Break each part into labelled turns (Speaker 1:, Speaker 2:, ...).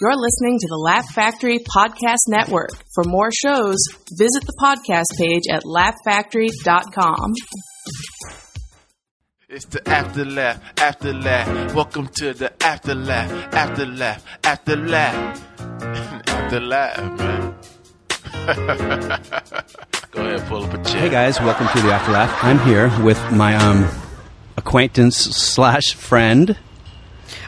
Speaker 1: You're listening to the Laugh Factory Podcast Network. For more shows, visit the podcast page at laughfactory.com.
Speaker 2: It's the after laugh, after laugh. Welcome to the after laugh, after laugh, after laugh, after laugh, man. Go ahead, pull up a chair.
Speaker 3: Hey guys, welcome to the After Laugh. I'm here with my um, acquaintance slash friend.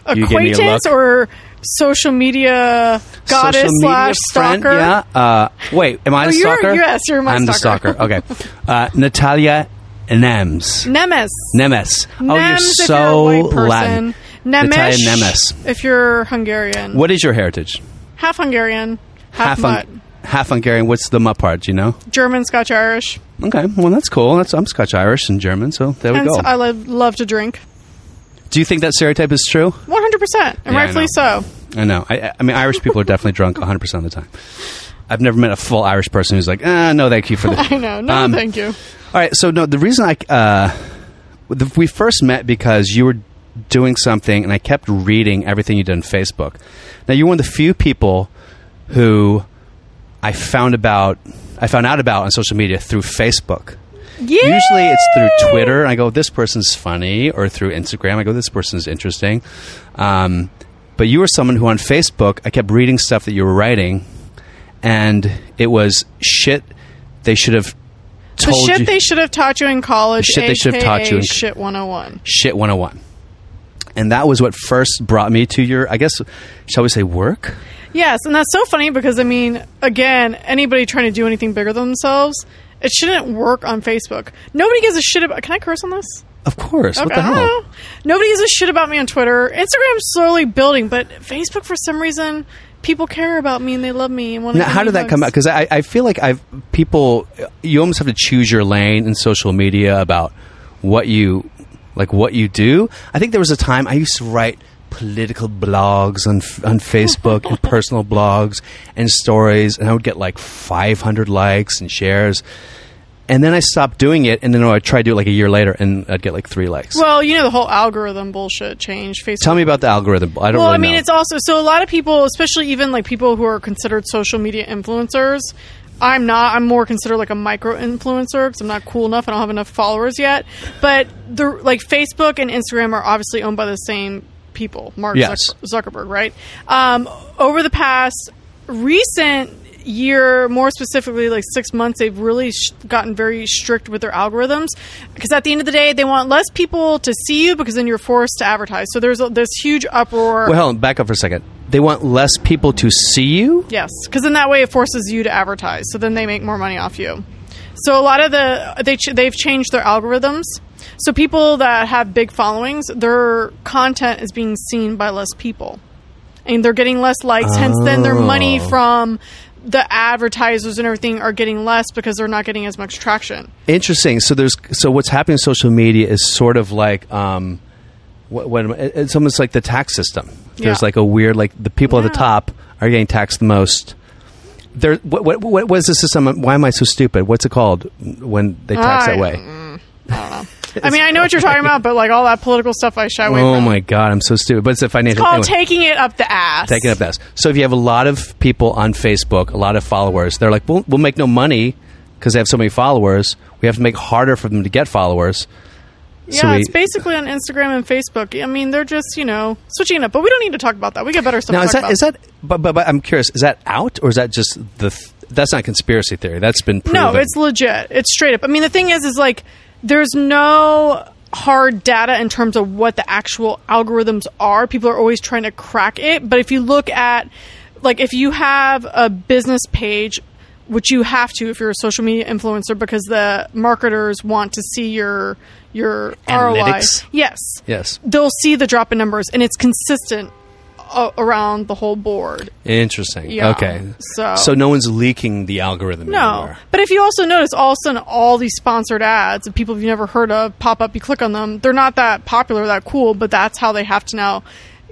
Speaker 3: You gave me a
Speaker 4: acquaintance
Speaker 3: look.
Speaker 4: or social media goddess
Speaker 3: Social media
Speaker 4: slash
Speaker 3: friend,
Speaker 4: stalker.
Speaker 3: Yeah. Uh, wait, am I
Speaker 4: Oh,
Speaker 3: the
Speaker 4: you're-
Speaker 3: stalker?
Speaker 4: yes, you're my
Speaker 3: I'm
Speaker 4: stalker.
Speaker 3: the stalker. Okay. Uh, Natalia Nemes.
Speaker 4: Nemes.
Speaker 3: Nemes. Oh, you're
Speaker 4: Nemes if you're a
Speaker 3: so
Speaker 4: white person.
Speaker 3: Latin.
Speaker 4: Nemes.
Speaker 3: Natalia Nemes.
Speaker 4: If you're Hungarian.
Speaker 3: What is your heritage?
Speaker 4: Half Hungarian, half, Mutt.
Speaker 3: Hung- half Hungarian. What's the mutt part? do You know?
Speaker 4: German, Scotch, Irish.
Speaker 3: Okay. Well, that's cool. That's I'm Scotch Irish and German, so there we
Speaker 4: Hence,
Speaker 3: go.
Speaker 4: I love, love to drink.
Speaker 3: Do you think that stereotype is true?
Speaker 4: 100%. And
Speaker 3: Yeah, I
Speaker 4: rightfully
Speaker 3: know.
Speaker 4: so.
Speaker 3: I know. I, I mean, Irish people are definitely drunk 100% of the time. I've never met a full Irish person who's like, ah, no, thank you for that.
Speaker 4: I know. No,
Speaker 3: Um,
Speaker 4: thank you.
Speaker 3: All right, so no, the reason I uh, the, we first met because you were doing something, and I kept reading everything you did on Facebook. Now you're one of the few people who I found about, I found out about on social media through Facebook.
Speaker 4: Yeah.
Speaker 3: Usually it's through Twitter, and I go, "This person's funny," or through Instagram, I go, "This person's interesting." Um, but you were someone who on Facebook, I kept reading stuff that you were writing, and it was shit. They should have
Speaker 4: The
Speaker 3: told
Speaker 4: shit
Speaker 3: you
Speaker 4: they should have taught you in college.
Speaker 3: shit they should have taught
Speaker 4: aka
Speaker 3: you in-
Speaker 4: Shit 101.
Speaker 3: shit 101. And that was what first brought me to your, I guess, shall we say, work?
Speaker 4: Yes, and that's so funny because I mean, again, anybody trying to do anything bigger than themselves, it shouldn't work on Facebook. Nobody gives a shit about. Can I curse on this?
Speaker 3: Of course. What the
Speaker 4: I don't
Speaker 3: hell?
Speaker 4: know. Nobody gives a shit about me on Twitter. Instagram's slowly building, but Facebook, for some reason, people care about me and they love me and want to.
Speaker 3: Now, how did that come out? Because I, I feel like I've people. You almost have to choose your lane in social media about what you like, what you do. I think there was a time I used to write political blogs on f- on Facebook and personal blogs and stories, and I would get like 500 likes and shares. And then I stopped doing it, and then I would try to do it like a year later, and I'd get like three likes.
Speaker 4: Well, you know the whole algorithm bullshit changed. Facebook
Speaker 3: Tell me about the algorithm. I don't
Speaker 4: well,
Speaker 3: really
Speaker 4: I mean,
Speaker 3: know.
Speaker 4: it's also so a lot of people, especially even like people who are considered social media influencers. I'm not. I'm more considered like a micro influencer because I'm not cool enough. I don't have enough followers yet. But the like Facebook and Instagram are obviously owned by the same people, Mark
Speaker 3: Yes.
Speaker 4: Zucker- Zuckerberg, right? Um, over the past recent year, more specifically like six months, they've really sh- gotten very strict with their algorithms because at the end of the day, they want less people to see you because then you're forced to advertise. So there's a, this huge uproar.
Speaker 3: well, hold on, back up for a second. They want less people to see you.
Speaker 4: Yes, because then that way it forces you to advertise. So then they make more money off you. So a lot of the they ch- they've changed their algorithms. So people that have big followings, their content is being seen by less people, and they're getting less likes. Hence, then their money
Speaker 3: Oh.
Speaker 4: from the advertisers and everything are getting less because they're not getting as much traction.
Speaker 3: Interesting. So there's so what's happening in social media is sort of like um, what, what am I- it- it's almost like the tax system. There's
Speaker 4: Yeah.
Speaker 3: like a weird like the people at the
Speaker 4: Yeah.
Speaker 3: top are getting taxed the most. There, what what what was the system? Why am I so stupid? What's it called when they tax
Speaker 4: I-
Speaker 3: that way?
Speaker 4: I mean, I know what you're talking about, but like all that political stuff, I shy away
Speaker 3: Oh
Speaker 4: from.
Speaker 3: my god, I'm so stupid. But it's a financial. anyway.
Speaker 4: Called taking it up the ass.
Speaker 3: taking up that. So if you have a lot of people on Facebook, a lot of followers, they're like, we'll, we'll make no money because they have so many followers. We have to make it harder for them to get followers.
Speaker 4: Yeah,
Speaker 3: So we-
Speaker 4: it's basically on Instagram and Facebook. I mean, they're just you know switching it up, but we don't need to talk about that. We get better stuff.
Speaker 3: Now
Speaker 4: to
Speaker 3: is
Speaker 4: talk
Speaker 3: that
Speaker 4: about.
Speaker 3: is that? But, but but I'm curious. Is that out or is that just the? Th- that's not conspiracy theory. That's been proven.
Speaker 4: no? It's legit. It's straight up. I mean, the thing is, is like there's no hard data in terms of what the actual algorithms are. People are always trying to crack it, but if you look at like if you have a business page. Which you have to if you're a social media influencer because the marketers want to see your your
Speaker 3: Analytics?
Speaker 4: ROI. Yes.
Speaker 3: yes.
Speaker 4: they'll see the drop in numbers and it's consistent a- around the whole board.
Speaker 3: Interesting.
Speaker 4: Yeah.
Speaker 3: Okay.
Speaker 4: So-
Speaker 3: no one's leaking the algorithm.
Speaker 4: No.
Speaker 3: anymore.
Speaker 4: But if you also notice, all of a sudden, all these sponsored ads of people you've never heard of pop up, you click on them. They're not that popular, that cool, but that's how they have to now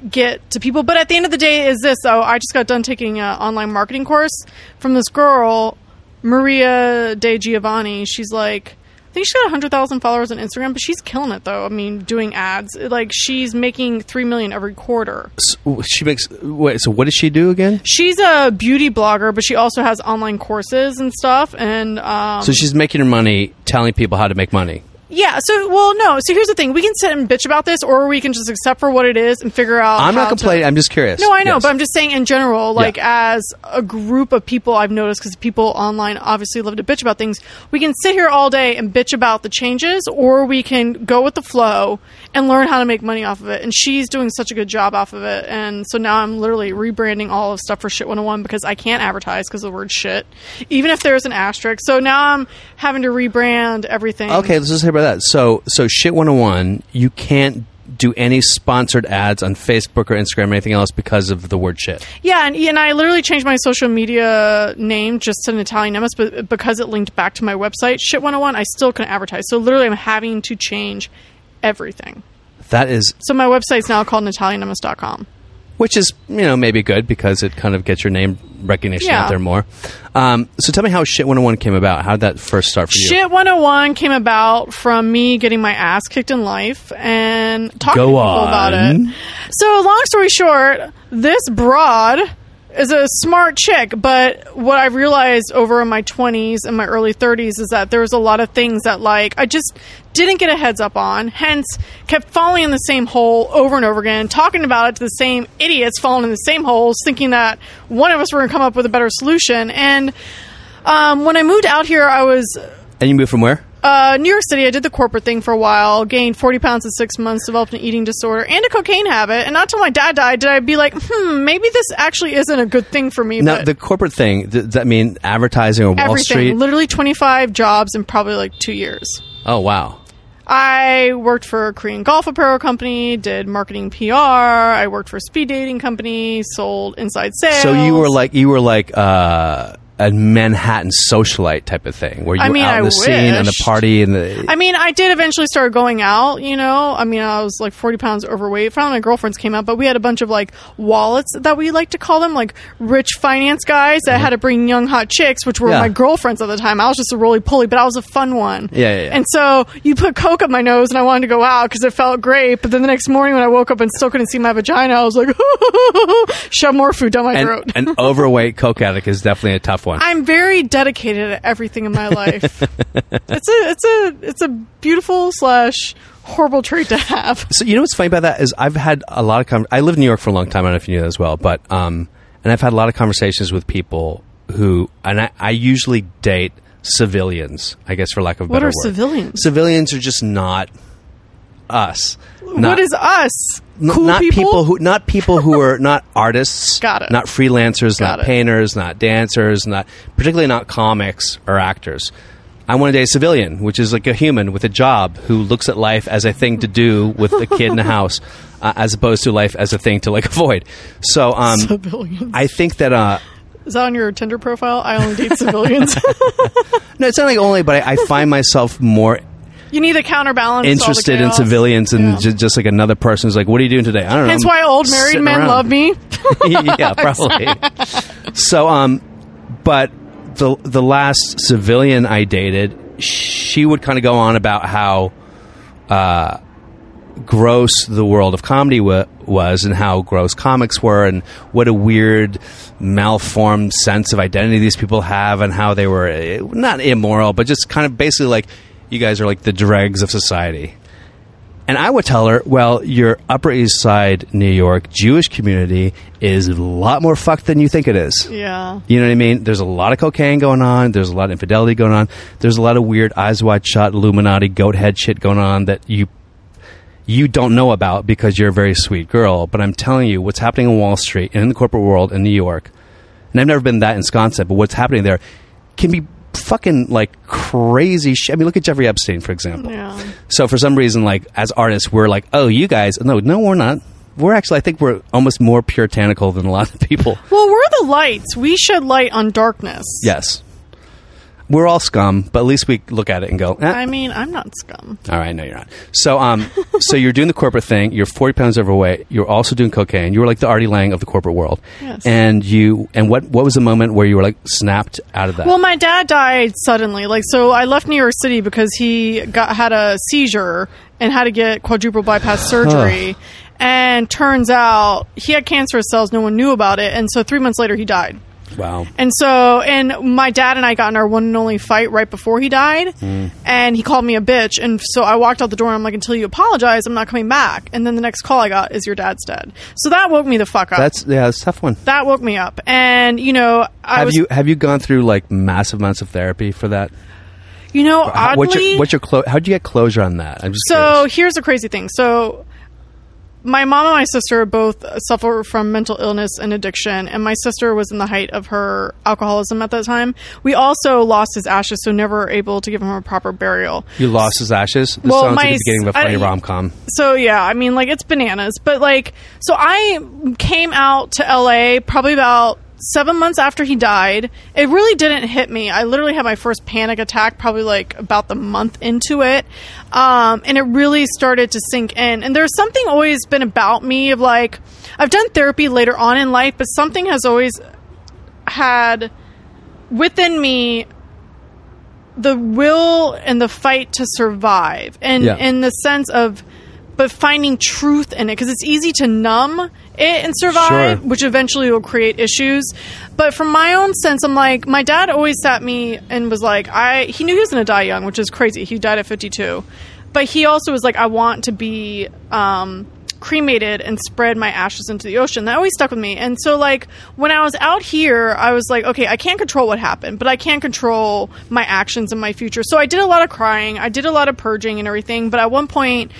Speaker 4: get to people. But at the end of the day, is this though? I just got done taking an online marketing course from this girl, Maria De Giovanni. She's like, I think she got 100,000 followers on Instagram, but she's killing it though. I mean, doing ads. Like she's making 3 million every quarter.
Speaker 3: S- She makes. Wait, so what does she do again?
Speaker 4: She's a beauty blogger, but she also has online courses and stuff and um
Speaker 3: So she's making her money telling people how to make money.
Speaker 4: yeah, so well no, so here's the thing. We can sit and bitch about this or we can just accept for what it is and figure out
Speaker 3: I'm
Speaker 4: how
Speaker 3: not
Speaker 4: to-
Speaker 3: complaining. I'm just curious.
Speaker 4: No, I know,
Speaker 3: Yes.
Speaker 4: but I'm just saying in general, like as a group of people, I've noticed because people online obviously love to bitch about things. We can sit here all day and bitch about the changes, or we can go with the flow and learn how to make money off of it. And she's doing such a good job off of it. And so now I'm literally rebranding all of stuff for Shit 101 because I can't advertise because of the word shit, even if there's an asterisk. So now I'm having to rebrand everything.
Speaker 3: Okay, let's just hear about that. So, so shit 101, you can't do any sponsored ads on Facebook or Instagram or anything else because of the word shit.
Speaker 4: Yeah, and, and I literally changed my social media name just to an Italian Nemesis, but because it linked back to my website, Shit 101, I still couldn't advertise. So literally, I'm having to change everything.
Speaker 3: That is,
Speaker 4: So my website's now called NataliaNemesis.com.
Speaker 3: which is, you know, maybe good because it kind of gets your name recognition
Speaker 4: Yeah.
Speaker 3: out there more. Um, so tell me how shit 101 came about. How did that first start for you?
Speaker 4: Shit 101 came about from me getting my ass kicked in life and talking
Speaker 3: Go
Speaker 4: to people about
Speaker 3: on.
Speaker 4: it. So, long story short, this broad is a smart chick, but what I realized over in my 20s and my early 30s is that there was a lot of things that like I just didn't get a heads up on, hence kept falling in the same hole over and over again, talking about it to the same idiots falling in the same holes, thinking that one of us were going to come up with a better solution. And um, when I moved out here, I was
Speaker 3: And you moved from where?
Speaker 4: uh, New York City, I did the corporate thing for a while, gained 40 pounds in six months, developed an eating disorder and a cocaine habit. And not till my dad died did I be like, hmm, maybe this actually isn't a good thing for me.
Speaker 3: now,
Speaker 4: but
Speaker 3: the corporate thing, th- does that mean advertising or Wall
Speaker 4: everything,
Speaker 3: Street?
Speaker 4: literally 25 jobs in probably like two years.
Speaker 3: oh, wow.
Speaker 4: I worked for a Korean golf apparel company, did marketing PR. I worked for a speed dating company, sold inside sales.
Speaker 3: So you were like, you were like, uh, a Manhattan socialite type of thing, where you
Speaker 4: I
Speaker 3: were
Speaker 4: mean,
Speaker 3: out in
Speaker 4: I
Speaker 3: the scene and the
Speaker 4: wished.
Speaker 3: party and the
Speaker 4: I mean, I did eventually start going out, you know. I mean, I was like 40 pounds overweight. Finally, my girlfriends came out, but we had a bunch of like wallets that we like to call them, like rich finance guys that had to bring young hot chicks, which were
Speaker 3: Mm-hmm. Yeah.
Speaker 4: my girlfriends at the time. I was just a roly poly, but I was a fun one.
Speaker 3: Yeah, yeah, yeah.
Speaker 4: And so you put Coke up my nose and I wanted to go out because it felt great. But then the next morning when I woke up and still couldn't see my vagina, I was like, shove more food down my throat.
Speaker 3: an, an overweight coke addict is definitely a tough one.
Speaker 4: I'm very dedicated at everything in my life. it's a it's a it's a beautiful slash horrible trait to have.
Speaker 3: so you know what's funny about that is I've had a lot of con- I lived in New York for a long time. I don't know if you knew that as well, but um, and I've had a lot of conversations with people who, and I, I usually date civilians, I guess for lack of a
Speaker 4: What
Speaker 3: better
Speaker 4: are
Speaker 3: word.
Speaker 4: civilians?
Speaker 3: Civilians are just not us. Not,
Speaker 4: what is us?
Speaker 3: n-
Speaker 4: cool
Speaker 3: not
Speaker 4: people?
Speaker 3: who not people who are not artists,
Speaker 4: Got it.
Speaker 3: not freelancers,
Speaker 4: Got
Speaker 3: not
Speaker 4: it.
Speaker 3: painters, not dancers, not particularly not comics or actors. I want to date a civilian, which is like a human with a job who looks at life as a thing to do with a kid in the house, uh, as opposed to life as a thing to like avoid. So, um,
Speaker 4: Civilians.
Speaker 3: I think that uh,
Speaker 4: Is that on your Tinder profile? I only date civilians.
Speaker 3: no, it's not like only, but I, I find myself more
Speaker 4: you need a counterbalance. to all the
Speaker 3: interested in
Speaker 4: chaos.
Speaker 3: civilians and
Speaker 4: Yeah.
Speaker 3: ju- just like another person who's like, "What are you doing today?" I don't know.
Speaker 4: Hence
Speaker 3: I'm
Speaker 4: why old married
Speaker 3: sitting
Speaker 4: men
Speaker 3: around."
Speaker 4: love me.
Speaker 3: yeah, probably. so, um, but the the last civilian I dated, she would kind of go on about how uh, gross the world of comedy wa- was, and how gross comics were, and what a weird, malformed sense of identity these people have, and how they were eh, not immoral, but just kind of basically like you guys are like the dregs of society. And I would tell her, well, your Upper East Side, New York Jewish community is a lot more fucked than you think it is.
Speaker 4: yeah.
Speaker 3: You know what I mean? There's a lot of cocaine going on. There's a lot of infidelity going on. There's a lot of weird eyes wide shut, Illuminati, goat head shit going on that you you don't know about because you're a very sweet girl. But I'm telling you, what's happening on Wall Street and in the corporate world in New York, and I've never been that ensconced, but what's happening there can be fucking like crazy shit. I mean, look at Jeffrey Epstein, for example.
Speaker 4: Yeah.
Speaker 3: So for some reason, like as artists, we're like, oh, you guys, no, no, we're not. We're actually, I think we're almost more puritanical than a lot of people.
Speaker 4: Well, we're the lights. We shed light on darkness.
Speaker 3: Yes. We're all scum, but at least we look at it and go, eh.
Speaker 4: I mean, I'm not scum.
Speaker 3: all right, no, you're not. So, um, so you're doing the corporate thing. You're 40 pounds overweight. You're also doing cocaine. You were like the Artie Lang of the corporate world.
Speaker 4: Yes.
Speaker 3: And you, and what, what was the moment where you were like snapped out of that?
Speaker 4: Well, my dad died suddenly. Like, so I left New York City because he got had a seizure and had to get quadruple bypass surgery. And turns out he had cancerous cells. No one knew about it. And so three months later, he died.
Speaker 3: wow.
Speaker 4: And so, and my dad and I got in our one and only fight right before he died.
Speaker 3: Hmm.
Speaker 4: And he called me a bitch. And so I walked out the door and I'm like, until you apologize, I'm not coming back. And then the next call I got is your dad's dead. So that woke me the fuck up.
Speaker 3: That's, yeah, that's a tough one.
Speaker 4: that woke me up. And, you know, I
Speaker 3: have
Speaker 4: was,
Speaker 3: you, have you gone through like massive amounts of therapy for that?
Speaker 4: you know,
Speaker 3: How-
Speaker 4: oddly.
Speaker 3: what's your, what's your clo- how'd you get closure on that? I'm just
Speaker 4: So
Speaker 3: curious.
Speaker 4: here's the crazy thing. So my mom and my sister both suffer from mental illness and addiction, and my sister was in the height of her alcoholism at that time. We also lost his ashes, so never able to give him a proper burial.
Speaker 3: You lost his ashes. This
Speaker 4: Well,
Speaker 3: sounds
Speaker 4: my
Speaker 3: like the
Speaker 4: s-
Speaker 3: beginning of a
Speaker 4: I-
Speaker 3: funny rom com.
Speaker 4: So yeah, I mean, like it's bananas. But like, so I came out to LA probably about seven months after he died. It really didn't hit me. I literally had my first panic attack probably like about the month into it, um, and it really started to sink in. And there's something always been about me of like, I've done therapy later on in life, but something has always had within me the will and the fight to survive and
Speaker 3: Yeah.
Speaker 4: in the sense of but finding truth in it because it's easy to numb it and survive
Speaker 3: Sure.
Speaker 4: which eventually will create issues but from my own sense i'm like my dad always sat me and was like i he knew he was going to die young which is crazy he died at 52 but he also was like i want to be um, cremated and spread my ashes into the ocean that always stuck with me and so like when i was out here i was like okay i can't control what happened but i can control my actions and my future so i did a lot of crying i did a lot of purging and everything but at one point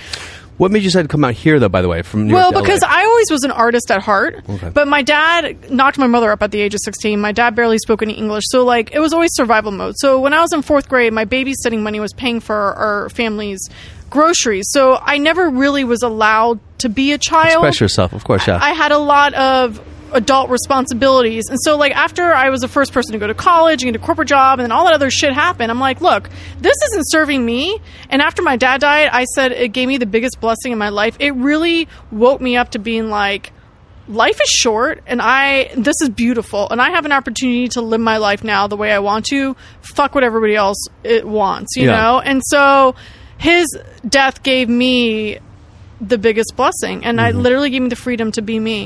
Speaker 3: What made you decide to come out here, though? By the way, from New
Speaker 4: well,
Speaker 3: York to
Speaker 4: because
Speaker 3: LA?
Speaker 4: I always was an artist at heart,
Speaker 3: Okay.
Speaker 4: but my dad knocked my mother up at the age of 16. My dad barely spoke any English, so like it was always survival mode. So when I was in 4th grade, my babysitting money was paying for our family's groceries. So I never really was allowed to be a child.
Speaker 3: express yourself, of course, yeah.
Speaker 4: I had a lot of adult responsibilities. And so like after I was the first person to go to college and get a corporate job and then all that other shit happened, I'm like, look, this isn't serving me. And after my dad died, I said it gave me the biggest blessing in my life. It really woke me up to being like life is short and I this is beautiful and I have an opportunity to live my life now the way I want to. Fuck what everybody else it wants, you
Speaker 3: Yeah.
Speaker 4: know? And so his death gave me the biggest blessing and I literally gave me the freedom to be me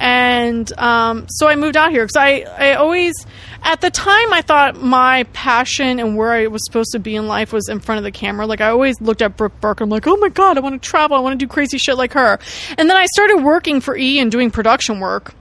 Speaker 4: and um, so i moved out here because I, I always at the time i thought my passion and where i was supposed to be in life was in front of the camera like i always looked at brooke burke and i'm like oh my god i want to travel i want to do crazy shit like her and then i started working for e and doing production work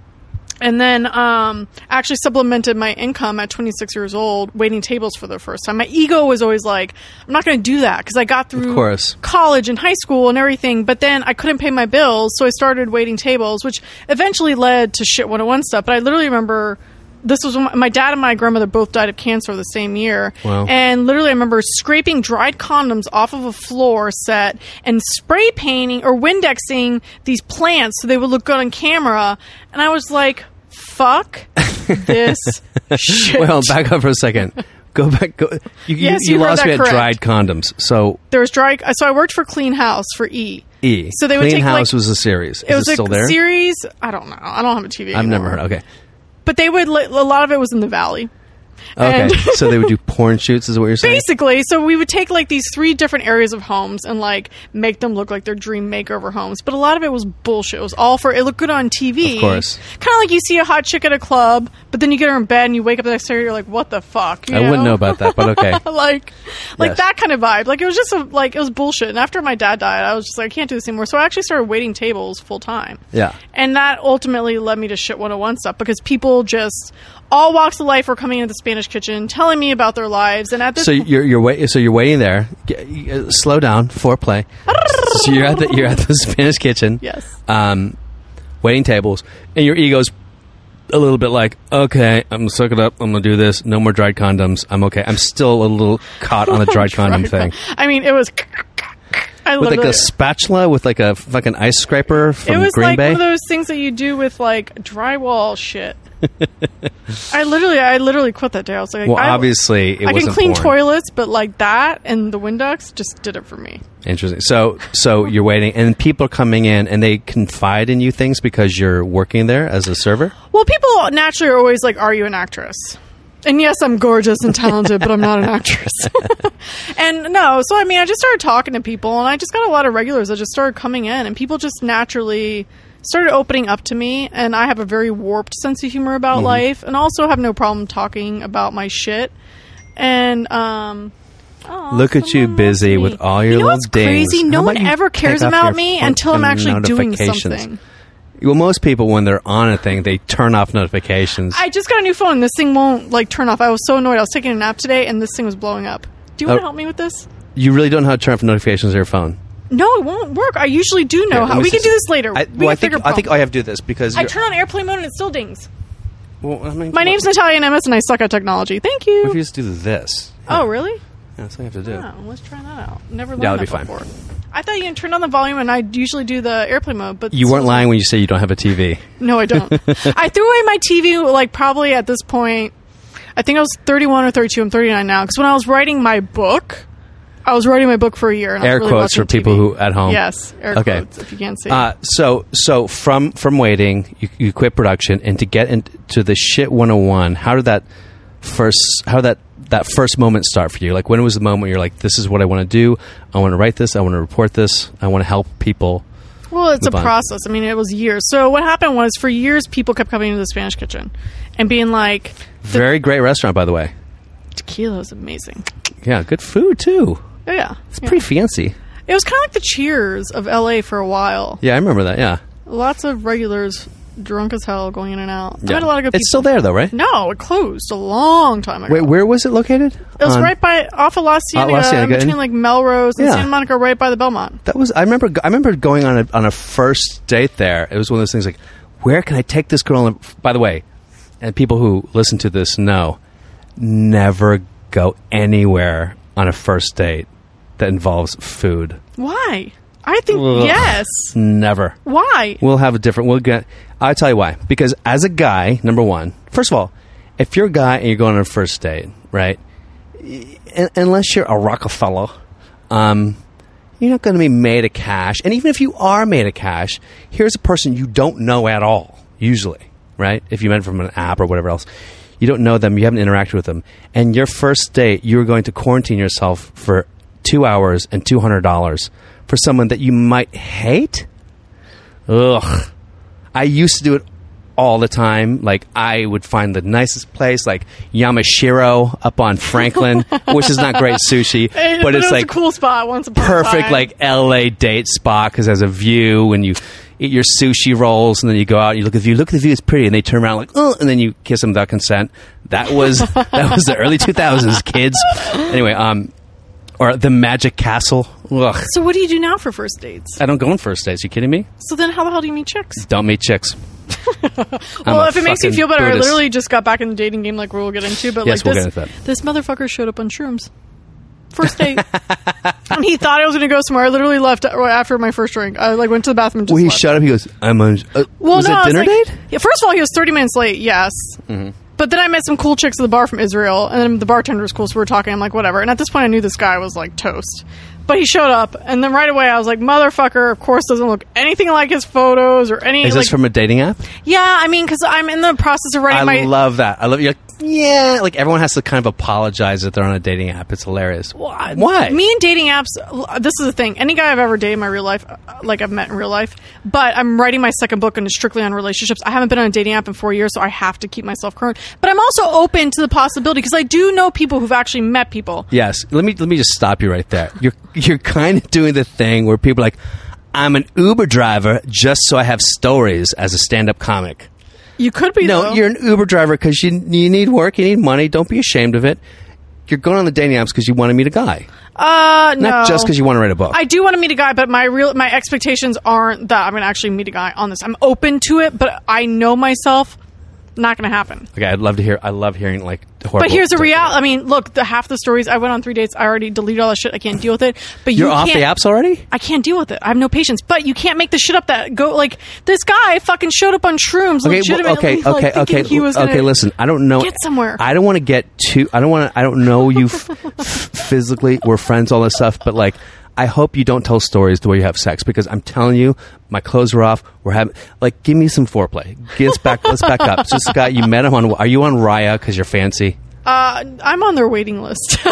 Speaker 4: and then um, actually supplemented my income at 26 years old waiting tables for the first time my ego was always like i'm not going to do that because i got through
Speaker 3: course.
Speaker 4: college and high school and everything but then i couldn't pay my bills so i started waiting tables which eventually led to shit 101 stuff but i literally remember this was when my- my dad and my grandmother both died of cancer the same year
Speaker 3: Wow.
Speaker 4: and literally i remember scraping dried condoms off of a floor set and spray painting or windexing these plants so they would look good on camera and i was like fuck this shit
Speaker 3: well, back up for a second. Go back. Go. You, you-
Speaker 4: Yes,
Speaker 3: you,
Speaker 4: you heard
Speaker 3: lost
Speaker 4: that
Speaker 3: me at
Speaker 4: correct.
Speaker 3: dried condoms. So
Speaker 4: there was dry so i worked for clean house for e
Speaker 3: E.
Speaker 4: So they would
Speaker 3: Clean
Speaker 4: take,
Speaker 3: House
Speaker 4: like-
Speaker 3: was a series.
Speaker 4: it
Speaker 3: Is
Speaker 4: was
Speaker 3: it
Speaker 4: a
Speaker 3: still there?
Speaker 4: series i don't know i don't have a tv
Speaker 3: I've never
Speaker 4: anymore.
Speaker 3: heard. Okay.
Speaker 4: but they would li- a lot of it was in the valley
Speaker 3: Okay.
Speaker 4: And-
Speaker 3: so they would do porn shoots. Is what you're saying?
Speaker 4: basically so we would take like these three different areas of homes and like make them look like their dream makeover homes but a lot of it was bullshit it was all for it looked good on tv
Speaker 3: Of course.
Speaker 4: kind of like you see a hot chick at a club but then you get her in bed and you wake up the next day you're like what the fuck you
Speaker 3: I wouldn't know about that, but okay.
Speaker 4: like like
Speaker 3: Yes.
Speaker 4: that kind of vibe like it was just a, like it was bullshit and after my dad died i was just like i can't do this anymore so i actually started waiting tables full time
Speaker 3: Yeah.
Speaker 4: and that ultimately led me to shit 101 stuff because people just all walks of life were coming into the spanish kitchen telling me about their lives and at this
Speaker 3: So you're you're wait, so you're waiting there. G- uh, slow down. Foreplay. so you're at the you're at the Spanish kitchen.
Speaker 4: yes
Speaker 3: um, waiting tables, and your ego's a little bit like, okay, I'm gonna suck it up. I'm gonna do this. No more dried condoms. I'm okay. I'm still a little caught on the dried condom thing.
Speaker 4: I mean, it was. I
Speaker 3: with like
Speaker 4: literally-
Speaker 3: a spatula with like a fucking ice scraper from
Speaker 4: it was
Speaker 3: Green
Speaker 4: like
Speaker 3: Bay.
Speaker 4: one of those things that you do with like drywall shit. I literally, I literally quit that day. I was like,
Speaker 3: well,
Speaker 4: I,
Speaker 3: obviously it
Speaker 4: I
Speaker 3: wasn't
Speaker 4: can clean
Speaker 3: porn.
Speaker 4: toilets, but like that and the Windex just did it for me.
Speaker 3: Interesting. So so you're waiting, and people are coming in, and they confide in you things because you're working there as a server.
Speaker 4: Well, people naturally are always like, "Are you an actress?" And yes, I'm gorgeous and talented, but I'm not an actress. and no, so I mean, I just started talking to people, and I just got a lot of regulars that just started coming in, and people just naturally started opening up to me. And I have a very warped sense of humor
Speaker 3: Mm-hmm.
Speaker 4: about life, and also have no problem talking about my shit. And um, aw,
Speaker 3: Look at you
Speaker 4: someone loves
Speaker 3: busy
Speaker 4: me.
Speaker 3: with all your
Speaker 4: you know
Speaker 3: little
Speaker 4: what's
Speaker 3: dings.
Speaker 4: Crazy?
Speaker 3: How
Speaker 4: No
Speaker 3: about
Speaker 4: one
Speaker 3: you
Speaker 4: ever
Speaker 3: take
Speaker 4: cares
Speaker 3: off
Speaker 4: about
Speaker 3: your
Speaker 4: me until I'm
Speaker 3: fucking
Speaker 4: actually doing
Speaker 3: notifications.
Speaker 4: something.
Speaker 3: Well, most people when they're on a thing, they turn off notifications.
Speaker 4: I just got a new phone. This thing won't like turn off. I was so annoyed. I was taking a nap today, and this thing was blowing up. Do you
Speaker 3: Oh.
Speaker 4: want to help me with this?
Speaker 3: you really don't know how to turn off notifications on your phone.
Speaker 4: No, it won't work. I usually do know
Speaker 3: Here, let
Speaker 4: how.
Speaker 3: me
Speaker 4: We can
Speaker 3: see-
Speaker 4: do this later.
Speaker 3: I, well,
Speaker 4: we
Speaker 3: I
Speaker 4: can
Speaker 3: think
Speaker 4: figure
Speaker 3: I
Speaker 4: it
Speaker 3: think
Speaker 4: out.
Speaker 3: I have to do this because
Speaker 4: I
Speaker 3: you're-
Speaker 4: turn on airplane mode and it still dings.
Speaker 3: well, I mean,
Speaker 4: My
Speaker 3: what-
Speaker 4: name's Natalia Nemes, and I suck at technology. Thank
Speaker 3: What if you
Speaker 4: you.
Speaker 3: just do this?
Speaker 4: Oh, really?
Speaker 3: Yeah, that's what you have to do.
Speaker 4: Oh, let's try that out. Never learned
Speaker 3: Yeah,
Speaker 4: that
Speaker 3: that'd be
Speaker 4: before.
Speaker 3: fine.
Speaker 4: I thought you can turn on the volume, and I usually do the airplane mode, but
Speaker 3: You weren't lying when you say you don't have a TV.
Speaker 4: No, I don't. I threw away my TV like probably at this point. I think I was 31 or 32. I'm 39 now. Because when I was writing my book, I was writing my book for a year. And I was
Speaker 3: Air
Speaker 4: really
Speaker 3: quotes for
Speaker 4: watching
Speaker 3: people
Speaker 4: TV.
Speaker 3: who at home.
Speaker 4: Yes, air
Speaker 3: Okay.
Speaker 4: quotes. If you can't see.
Speaker 3: Uh, so so from from waiting, you, you quit production, and to get into the shit 101, how did that first how did that that first moment start for you? Like when was the moment you're like, this is what I want to do. I want to write this. I want to report this. I want to help people.
Speaker 4: Well, it's a
Speaker 3: Move on.
Speaker 4: process. I mean, it was years. So what happened was, for years, people kept coming into the Spanish Kitchen and being like,
Speaker 3: Very great restaurant, by the way.
Speaker 4: "Tequila is amazing."
Speaker 3: Yeah, good food too.
Speaker 4: Oh, yeah,
Speaker 3: It's pretty fancy.
Speaker 4: it was kind of like the Cheers of LA for a while.
Speaker 3: Yeah, I remember that. Yeah,
Speaker 4: Lots of regulars, drunk as hell, going in and out. I
Speaker 3: yeah.
Speaker 4: met a lot of good
Speaker 3: It's still
Speaker 4: people.
Speaker 3: there though, right?
Speaker 4: no, it closed a long time ago.
Speaker 3: Wait, where was it located?
Speaker 4: It was
Speaker 3: On- Uh,
Speaker 4: right by off of La Cienega,
Speaker 3: La Cienega,
Speaker 4: in between
Speaker 3: and-
Speaker 4: like Melrose and
Speaker 3: Yeah.
Speaker 4: Santa Monica, right by the Belmont.
Speaker 3: That was I remember. I remember going on a on a first date there. It was one of those things like, where can I take this girl? And by the way, and people who listen to this know, never go anywhere on a first date that involves food.
Speaker 4: Why? I think
Speaker 3: Ugh.
Speaker 4: yes.
Speaker 3: Never.
Speaker 4: Why?
Speaker 3: We'll have a different. We'll get. I'll tell you why. Because as a guy, number one, first of all, if you're a guy and you're going on a first date, right? e, un- unless you're a Rockefeller, um, you're not going to be made of cash. And even if you are made of cash, here's a person you don't know at all, usually, right? If you met from an app or whatever else, you don't know them, you haven't interacted with them. And your first date, you're going to quarantine yourself for two hours and $200 for someone that you might hate? Ugh. I used to do it all the time. Like I would find the nicest place, like Yamashiro up on Franklin, which is not great sushi,
Speaker 4: Eh,
Speaker 3: but
Speaker 4: it
Speaker 3: it's
Speaker 4: was
Speaker 3: like
Speaker 4: a cool spot once upon a
Speaker 3: perfect
Speaker 4: time.
Speaker 3: like LA date spot because has a view and you eat your sushi rolls and then you go out and you look at the view. Look at the view; it's pretty. And they turn around like, oh, and then you kiss them without consent. That was that was the early two thousands, kids. Anyway, um, or the Magic Castle. Ugh,
Speaker 4: So what do you do now for first dates?
Speaker 3: I don't go on first dates. You kidding me?
Speaker 4: So then how the hell do you meet chicks?
Speaker 3: Don't meet chicks. I'm
Speaker 4: well,
Speaker 3: a
Speaker 4: if it makes you
Speaker 3: fucking
Speaker 4: feel better, I
Speaker 3: Buddhist.
Speaker 4: literally just got back in the dating game like we'll get into, but
Speaker 3: Yes,
Speaker 4: like
Speaker 3: we'll
Speaker 4: this
Speaker 3: get into that.
Speaker 4: this motherfucker showed up on shrooms. First date. and he thought I was going to go somewhere. I literally left right after my first drink. I like went to the bathroom and just
Speaker 3: Well, he
Speaker 4: left.
Speaker 3: shut up. He goes, "I'm on." Uh,
Speaker 4: Well,
Speaker 3: was
Speaker 4: no,
Speaker 3: it
Speaker 4: I was
Speaker 3: dinner
Speaker 4: like-
Speaker 3: date? Mm-hmm.
Speaker 4: Yeah, first of all, he was 30 minutes late, yes. But then I met some cool chicks at the bar from Israel, and then the bartender was cool, so we were talking. I'm like, whatever. And at this point, I knew this guy was like toast. But he showed up, and then right away, I was like, motherfucker, of course, doesn't look anything like his photos or any.
Speaker 3: Is
Speaker 4: like,
Speaker 3: this from a dating app?
Speaker 4: yeah, I mean, because I'm in the process of writing
Speaker 3: I
Speaker 4: my.
Speaker 3: love that. I love you. Like, yeah, like everyone has to kind of apologize that they're on a dating app. It's hilarious. Why? Why?
Speaker 4: me and dating apps l- this is the thing any guy i've ever dated in my real life uh, like i've met in real life but i'm writing my second book and it's strictly on relationships i haven't been on a dating app in four years so i have to keep myself current but i'm also open to the possibility because i do know people who've actually met people
Speaker 3: Yes. Let me let me just stop you right there. You're you're kind of doing the thing where people are like, I'm an Uber driver just so I have stories as a stand up comic.
Speaker 4: you could be
Speaker 3: No,
Speaker 4: though.
Speaker 3: you're an Uber driver because you you need work, you need money. Don't be ashamed of it. You're going on the dating apps because you want to meet a guy,
Speaker 4: uh no
Speaker 3: not just because you want to write a book.
Speaker 4: I do want to meet a guy, but my real my expectations aren't that I'm going to actually meet a guy on this. I'm open to it, but I know myself. Not going to happen.
Speaker 3: Okay, I'd love to hear. I love hearing like horrible.
Speaker 4: But here's the reality. I mean, look, the half the stories I went on three dates. I already deleted all that shit. I can't deal with it. But you
Speaker 3: You're off the
Speaker 4: can't-
Speaker 3: apps already.
Speaker 4: I can't deal with it. I have no patience. But you can't make the shit up that go like this guy fucking showed up on shrooms
Speaker 3: Okay, well,
Speaker 4: legitimately.
Speaker 3: okay,
Speaker 4: like,
Speaker 3: okay,
Speaker 4: thinking
Speaker 3: okay,
Speaker 4: He was
Speaker 3: okay.
Speaker 4: gonna-
Speaker 3: Listen, I don't know.
Speaker 4: get somewhere.
Speaker 3: I don't want to get too. I don't want to. I don't know you f- f- physically. We're friends, all this stuff. But like, I hope you don't tell stories to where you have sex because I'm telling you, my clothes are off. We're having like, give me some foreplay. Get us back. let's back up. So Scott, you met him on. Are you on Raya because you're fancy?
Speaker 4: Uh, I'm on their waiting list. I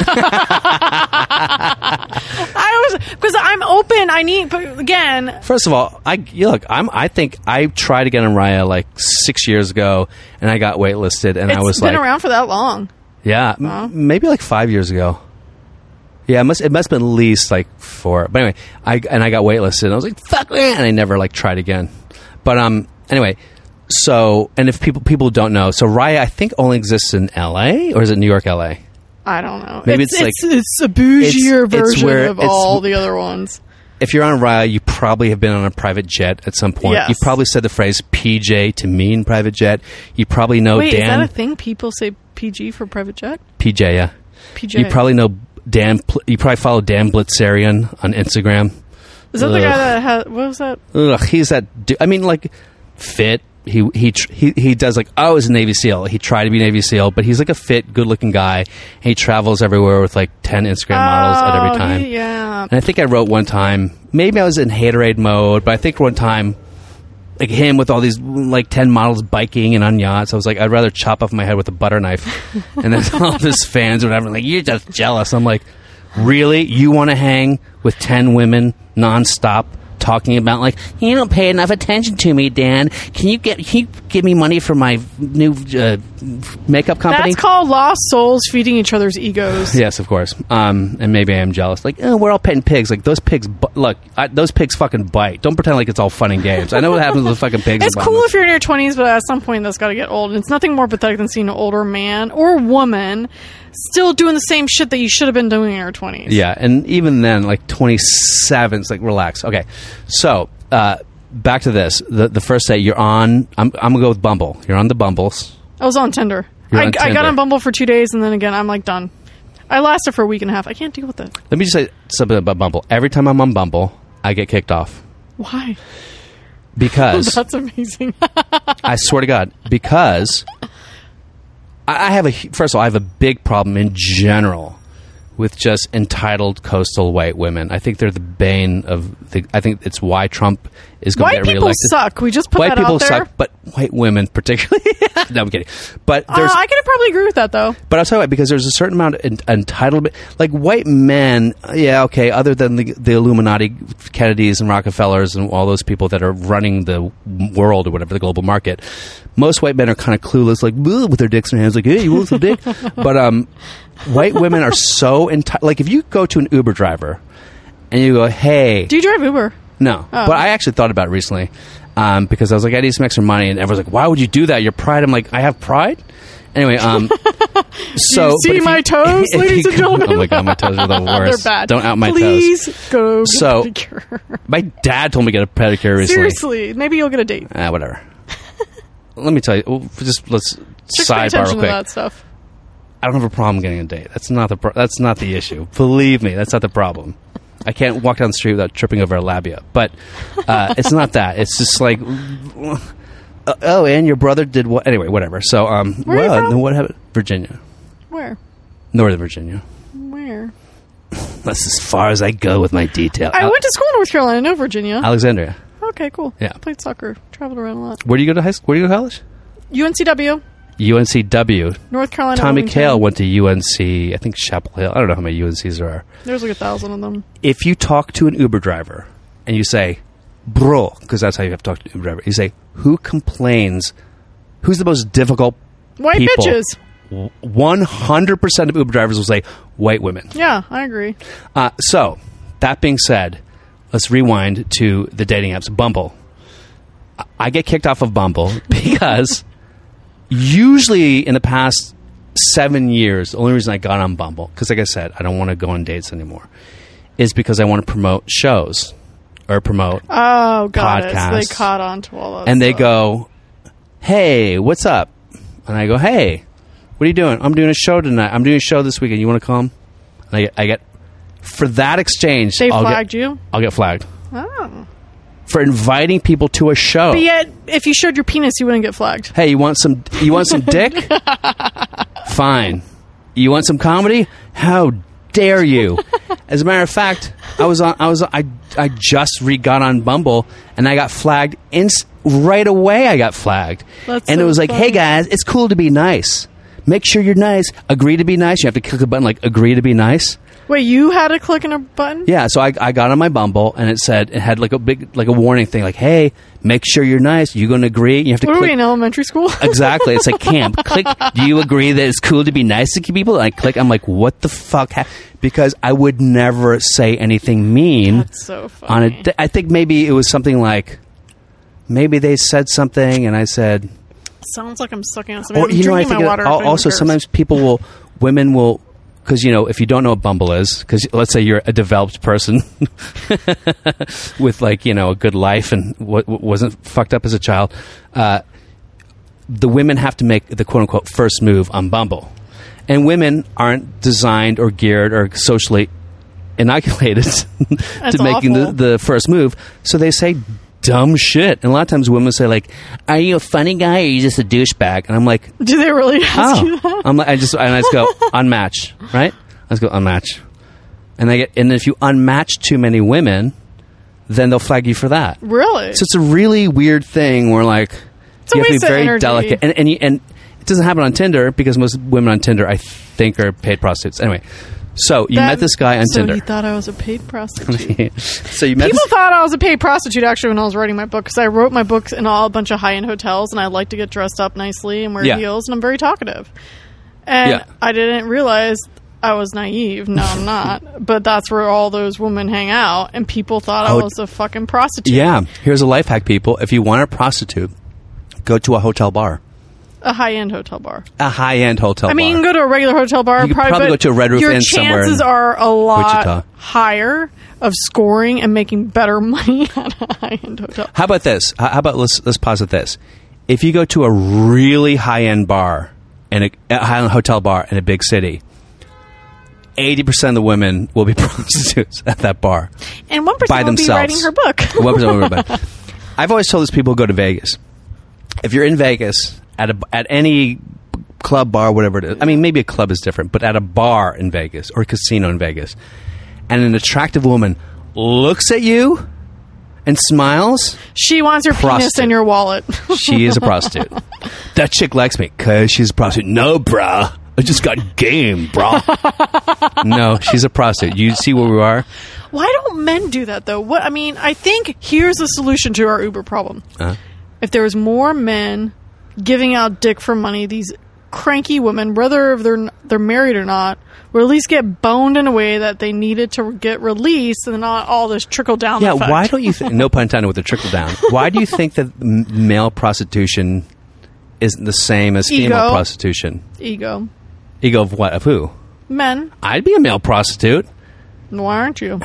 Speaker 4: was because I'm open. I need but again.
Speaker 3: First of all, I you look. I'm. I think I tried to get on Raya like six years ago, and I got waitlisted, and
Speaker 4: It's
Speaker 3: I was
Speaker 4: been
Speaker 3: like,
Speaker 4: around for that long.
Speaker 3: Yeah, m- maybe like five years ago. Yeah, it must it must have been at least like four. But anyway, I and I got waitlisted. And I was like, fuck man, and I never like tried again. But um, anyway, so and if people people don't know, so Raya I think only exists in L.A. or is it New York, L.A.
Speaker 4: I don't know.
Speaker 3: Maybe
Speaker 4: it's,
Speaker 3: it's like-
Speaker 4: it's, it's a bougier
Speaker 3: it's- it's
Speaker 4: version
Speaker 3: where-
Speaker 4: of
Speaker 3: it's-
Speaker 4: all the other ones.
Speaker 3: If you're on Raya, you probably have been on a private jet at some point.
Speaker 4: Yes.
Speaker 3: You've probably said the phrase PJ to mean private jet. You probably know
Speaker 4: Wait, is
Speaker 3: Oh, Dan
Speaker 4: that a thing? People say PG for private jet.
Speaker 3: PJ. Yeah,
Speaker 4: PJ.
Speaker 3: you probably know Dan. Pl- You probably follow Dan Blitzerian on Instagram.
Speaker 4: is that the guy
Speaker 3: Ugh.
Speaker 4: that had what was that?
Speaker 3: Ugh, he's that. Du- I mean, like fit. He he tr- he he does like oh, he's a Navy SEAL. He tried to be Navy SEAL, but he's like a fit, good-looking guy. And he travels everywhere with like ten Instagram models at
Speaker 4: Oh,
Speaker 3: every time.
Speaker 4: he- yeah.
Speaker 3: And I think I wrote one time. Maybe I was in haterade mode, but I think one time. Like him with all these like ten models biking and on yachts. I was like, I'd rather chop off my head with a butter knife. And then all of his fans or whatever, like, you're just jealous. I'm like, really? You want to hang with ten women nonstop talking about like you don't pay enough attention to me, Dan? Can you get can you give me money for my new uh, makeup company?
Speaker 4: That's called lost souls feeding each other's egos.
Speaker 3: Yes, of course. Um, and maybe I am jealous. Like, oh, we're all petting pigs. Like those pigs. Bu- look, I, those pigs fucking bite. Don't pretend like it's all fun and games. I know what happens with fucking pigs.
Speaker 4: It's
Speaker 3: and
Speaker 4: cool
Speaker 3: whatnot.
Speaker 4: if you're in your 20s, but at some point that's got to get old. And it's nothing more pathetic than seeing an older man or woman still doing the same shit that you should have been doing in your 20s.
Speaker 3: Yeah, and even then, like twenty seven's like relax. Okay, so uh, back to this. The the first day you're on. I'm I'm gonna go with Bumble. You're on the Bumbles.
Speaker 4: I was on Tinder.
Speaker 3: You're
Speaker 4: I,
Speaker 3: on
Speaker 4: I got
Speaker 3: Tinder.
Speaker 4: on Bumble for two days, and then again, I'm like done. I lasted for a week and a half. I can't deal with it.
Speaker 3: Let me just say something about Bumble. Every time I'm on Bumble, I get kicked off
Speaker 4: Why?
Speaker 3: because
Speaker 4: That's amazing.
Speaker 3: I swear to God, because I, I have a hu- first of all, I have a big problem in general with just entitled coastal white women. I think they're the bane of the. I think it's why Trump is going to
Speaker 4: White
Speaker 3: get
Speaker 4: people
Speaker 3: reelected.
Speaker 4: suck. We just put
Speaker 3: White
Speaker 4: that
Speaker 3: people
Speaker 4: out there.
Speaker 3: suck, but white women particularly. no, I'm kidding. But
Speaker 4: Uh,
Speaker 3: there's,
Speaker 4: I could probably agree with that, though.
Speaker 3: but I'll tell you what, because there's a certain amount of en- entitlement. Like white men, yeah, okay, other than the, the Illuminati, Kennedys, and Rockefellers, and all those people that are running the world or whatever, the global market, most white men are kind of clueless, like, "Bleh," with their dicks in their hands, like, hey, you want some dick? but um, white women are so entitled. Like, if you go to an Uber driver and you go, hey,
Speaker 4: Do you drive Uber?
Speaker 3: no,
Speaker 4: Oh.
Speaker 3: but I actually thought about it recently um, because I was like, I need some extra money, and everyone's like, Why would you do that? Your pride. I'm like, I have pride. Anyway, um, so
Speaker 4: see
Speaker 3: but if
Speaker 4: my toes,
Speaker 3: if
Speaker 4: ladies
Speaker 3: you
Speaker 4: and
Speaker 3: go-
Speaker 4: gentlemen?
Speaker 3: Oh my god, my toes are the worst.
Speaker 4: They're bad.
Speaker 3: Don't out my
Speaker 4: Please
Speaker 3: toes.
Speaker 4: go get
Speaker 3: So-
Speaker 4: a pedicure.
Speaker 3: My dad told me to get a pedicure recently.
Speaker 4: Seriously, maybe you'll get a date.
Speaker 3: Ah, whatever. Let me tell you. well, Just let's
Speaker 4: Just pay
Speaker 3: sidebar
Speaker 4: attention
Speaker 3: real
Speaker 4: to
Speaker 3: quick.
Speaker 4: that stuff.
Speaker 3: I don't have a problem getting a date. That's not the pro- that's not the issue. Believe me, that's not the problem. I can't walk down the street without tripping over a labia. But uh, it's not that. It's just like, uh, oh, and your brother did what? Anyway, whatever. So, um,
Speaker 4: Where are you
Speaker 3: well,
Speaker 4: from?
Speaker 3: then what happened? Virginia,
Speaker 4: Where?
Speaker 3: Northern Virginia.
Speaker 4: Where?
Speaker 3: That's as far as I go with my detail.
Speaker 4: I
Speaker 3: Al-
Speaker 4: went to school in North Carolina, no Virginia.
Speaker 3: Alexandria.
Speaker 4: okay, cool.
Speaker 3: Yeah.
Speaker 4: Played soccer, traveled around a lot.
Speaker 3: Where do you go to high school? Where do you go to college?
Speaker 4: UNCW,
Speaker 3: UNCW.
Speaker 4: North Carolina.
Speaker 3: Tommy
Speaker 4: Wilmington.
Speaker 3: Kale went to UNC. I think Chapel Hill. I don't know how many UNCs there are.
Speaker 4: There's like a thousand of them.
Speaker 3: if you talk to an Uber driver and you say, bro, because that's how you have to talk to an Uber driver, you say, who complains? Who's the most difficult?
Speaker 4: White
Speaker 3: people?
Speaker 4: bitches.
Speaker 3: 100% of Uber drivers will say white women.
Speaker 4: Yeah, I agree.
Speaker 3: Uh, so, that being said, let's rewind to the dating apps. Bumble. I- I get kicked off of Bumble because usually in the past seven years, the only reason I got on Bumble, because like I said, I don't want to go on dates anymore, is because I want to promote shows or promote.
Speaker 4: Oh, got it. So
Speaker 3: Podcasts.
Speaker 4: they caught on to all that.
Speaker 3: and they
Speaker 4: stuff.
Speaker 3: go, hey, what's up? and I go, "Hey, what are you doing? I'm doing a show tonight. I'm doing a show this weekend. You want to come?" And I get, I get for that exchange.
Speaker 4: They
Speaker 3: I'll
Speaker 4: flagged
Speaker 3: get,
Speaker 4: you?
Speaker 3: I'll get flagged
Speaker 4: Oh.
Speaker 3: for inviting people to a show.
Speaker 4: But yet, if you showed your penis, you wouldn't get flagged.
Speaker 3: Hey, you want some? You want some dick? Fine. You want some comedy? How dare you? As a matter of fact, I was on. I was. I. I just re got on Bumble and I got flagged. Inst- right away, I got flagged.
Speaker 4: That's
Speaker 3: and it
Speaker 4: so
Speaker 3: was like, hey
Speaker 4: funny.
Speaker 3: guys, it's cool to be nice. Make sure you're nice. Agree to be nice. You have to click a button like agree to be nice.
Speaker 4: Wait, you had to click on a button?
Speaker 3: Yeah, so I, I got on my Bumble and it said it had like a big like a warning thing like, hey, make sure you're nice. You gonna agree? You have to
Speaker 4: What were
Speaker 3: click
Speaker 4: we in elementary school?
Speaker 3: exactly. It's like camp. click. Do you agree that it's cool to be nice to people? And I click. I'm like, what the fuck? Ha-? Because I would never say anything mean
Speaker 4: That's so funny.
Speaker 3: on it. I think maybe it was something like, maybe they said something, and I said,
Speaker 4: Sounds like I'm sucking on something.
Speaker 3: or
Speaker 4: I'm
Speaker 3: you know, I
Speaker 4: drinking
Speaker 3: think
Speaker 4: my
Speaker 3: it-
Speaker 4: water.
Speaker 3: al-
Speaker 4: but who
Speaker 3: also
Speaker 4: cares?
Speaker 3: sometimes people will, women will. Because you know, if you don't know what Bumble is, because let's say you're a developed person with like you know a good life and what what wasn't fucked up as a child, uh, the women have to make the quote unquote first move on Bumble. And women aren't designed or geared or socially inoculated to making the,
Speaker 4: awful.
Speaker 3: the first move. So they say dumb shit. And a lot of times women say like, Are you a funny guy or are you just a douchebag? And I'm like,
Speaker 4: Do they really ask you that?
Speaker 3: Oh I'm like I just and I just go, unmatch, right? I just go unmatch. And they get and if you unmatch too many women, then they'll flag you for that.
Speaker 4: Really?
Speaker 3: So it's a really weird thing where like
Speaker 4: a
Speaker 3: you have to
Speaker 4: waste
Speaker 3: be
Speaker 4: of
Speaker 3: very
Speaker 4: energy.
Speaker 3: delicate, and and, you, and it doesn't happen on Tinder because most women on Tinder, I think, are paid prostitutes. Anyway, so you
Speaker 4: That-
Speaker 3: met this guy on
Speaker 4: so
Speaker 3: Tinder.
Speaker 4: he thought I was a paid prostitute.
Speaker 3: so you met.
Speaker 4: People
Speaker 3: This,
Speaker 4: thought I was a paid prostitute actually when I was writing my book because I wrote my books in all a bunch of high end hotels and I like to get dressed up nicely and wear
Speaker 3: Yeah.
Speaker 4: heels and I'm very talkative. And
Speaker 3: Yeah.
Speaker 4: I didn't realize I was naive. No, I'm not. but that's where all those women hang out and people thought
Speaker 3: Oh,
Speaker 4: I was a fucking prostitute.
Speaker 3: yeah, here's a life hack, people. If you want a prostitute, go to a hotel bar,
Speaker 4: A high end hotel bar.
Speaker 3: a high end hotel.
Speaker 4: I mean, you
Speaker 3: bar.
Speaker 4: can go to a regular hotel bar.
Speaker 3: You could probably
Speaker 4: but
Speaker 3: go to a Red Roof
Speaker 4: your
Speaker 3: Inn somewhere in
Speaker 4: chances are a lot
Speaker 3: Wichita.
Speaker 4: higher of scoring and making better money at a high end hotel.
Speaker 3: How about this? How how about let's let's pause at this. If you go to a really high end bar and a, a high end hotel bar in a big city, eighty percent of the women will be prostitutes at that bar.
Speaker 4: And one person
Speaker 3: by
Speaker 4: will
Speaker 3: themselves.
Speaker 4: be writing her book.
Speaker 3: One person will be writing her book. I've always told these people go to Vegas. If you're in Vegas at a, at any club bar, whatever it is, I mean, maybe a club is different, but at a bar in Vegas or a casino in Vegas, and an attractive woman looks at you and smiles,
Speaker 4: She wants your penis
Speaker 3: Prostitute.
Speaker 4: in your wallet.
Speaker 3: she is a prostitute. That chick likes me because she's a prostitute. No, bruh. I just got game, bruh. no, she's a prostitute. You see where we are?
Speaker 4: Why don't men do that though? What I mean, I think here's the solution to our Uber problem. If there was more men giving out dick for money, these cranky women, whether if they're they're married or not, would at least get boned in a way that they needed to get released, and not all this trickle down.
Speaker 3: Yeah,
Speaker 4: effect.
Speaker 3: why don't you think, no pun intended with the trickle down, why do you think that m- male prostitution isn't the same as female
Speaker 4: Ego.
Speaker 3: prostitution?
Speaker 4: ego
Speaker 3: Ego of what? Of who?
Speaker 4: men?
Speaker 3: I'd be a male prostitute.
Speaker 4: Why aren't you?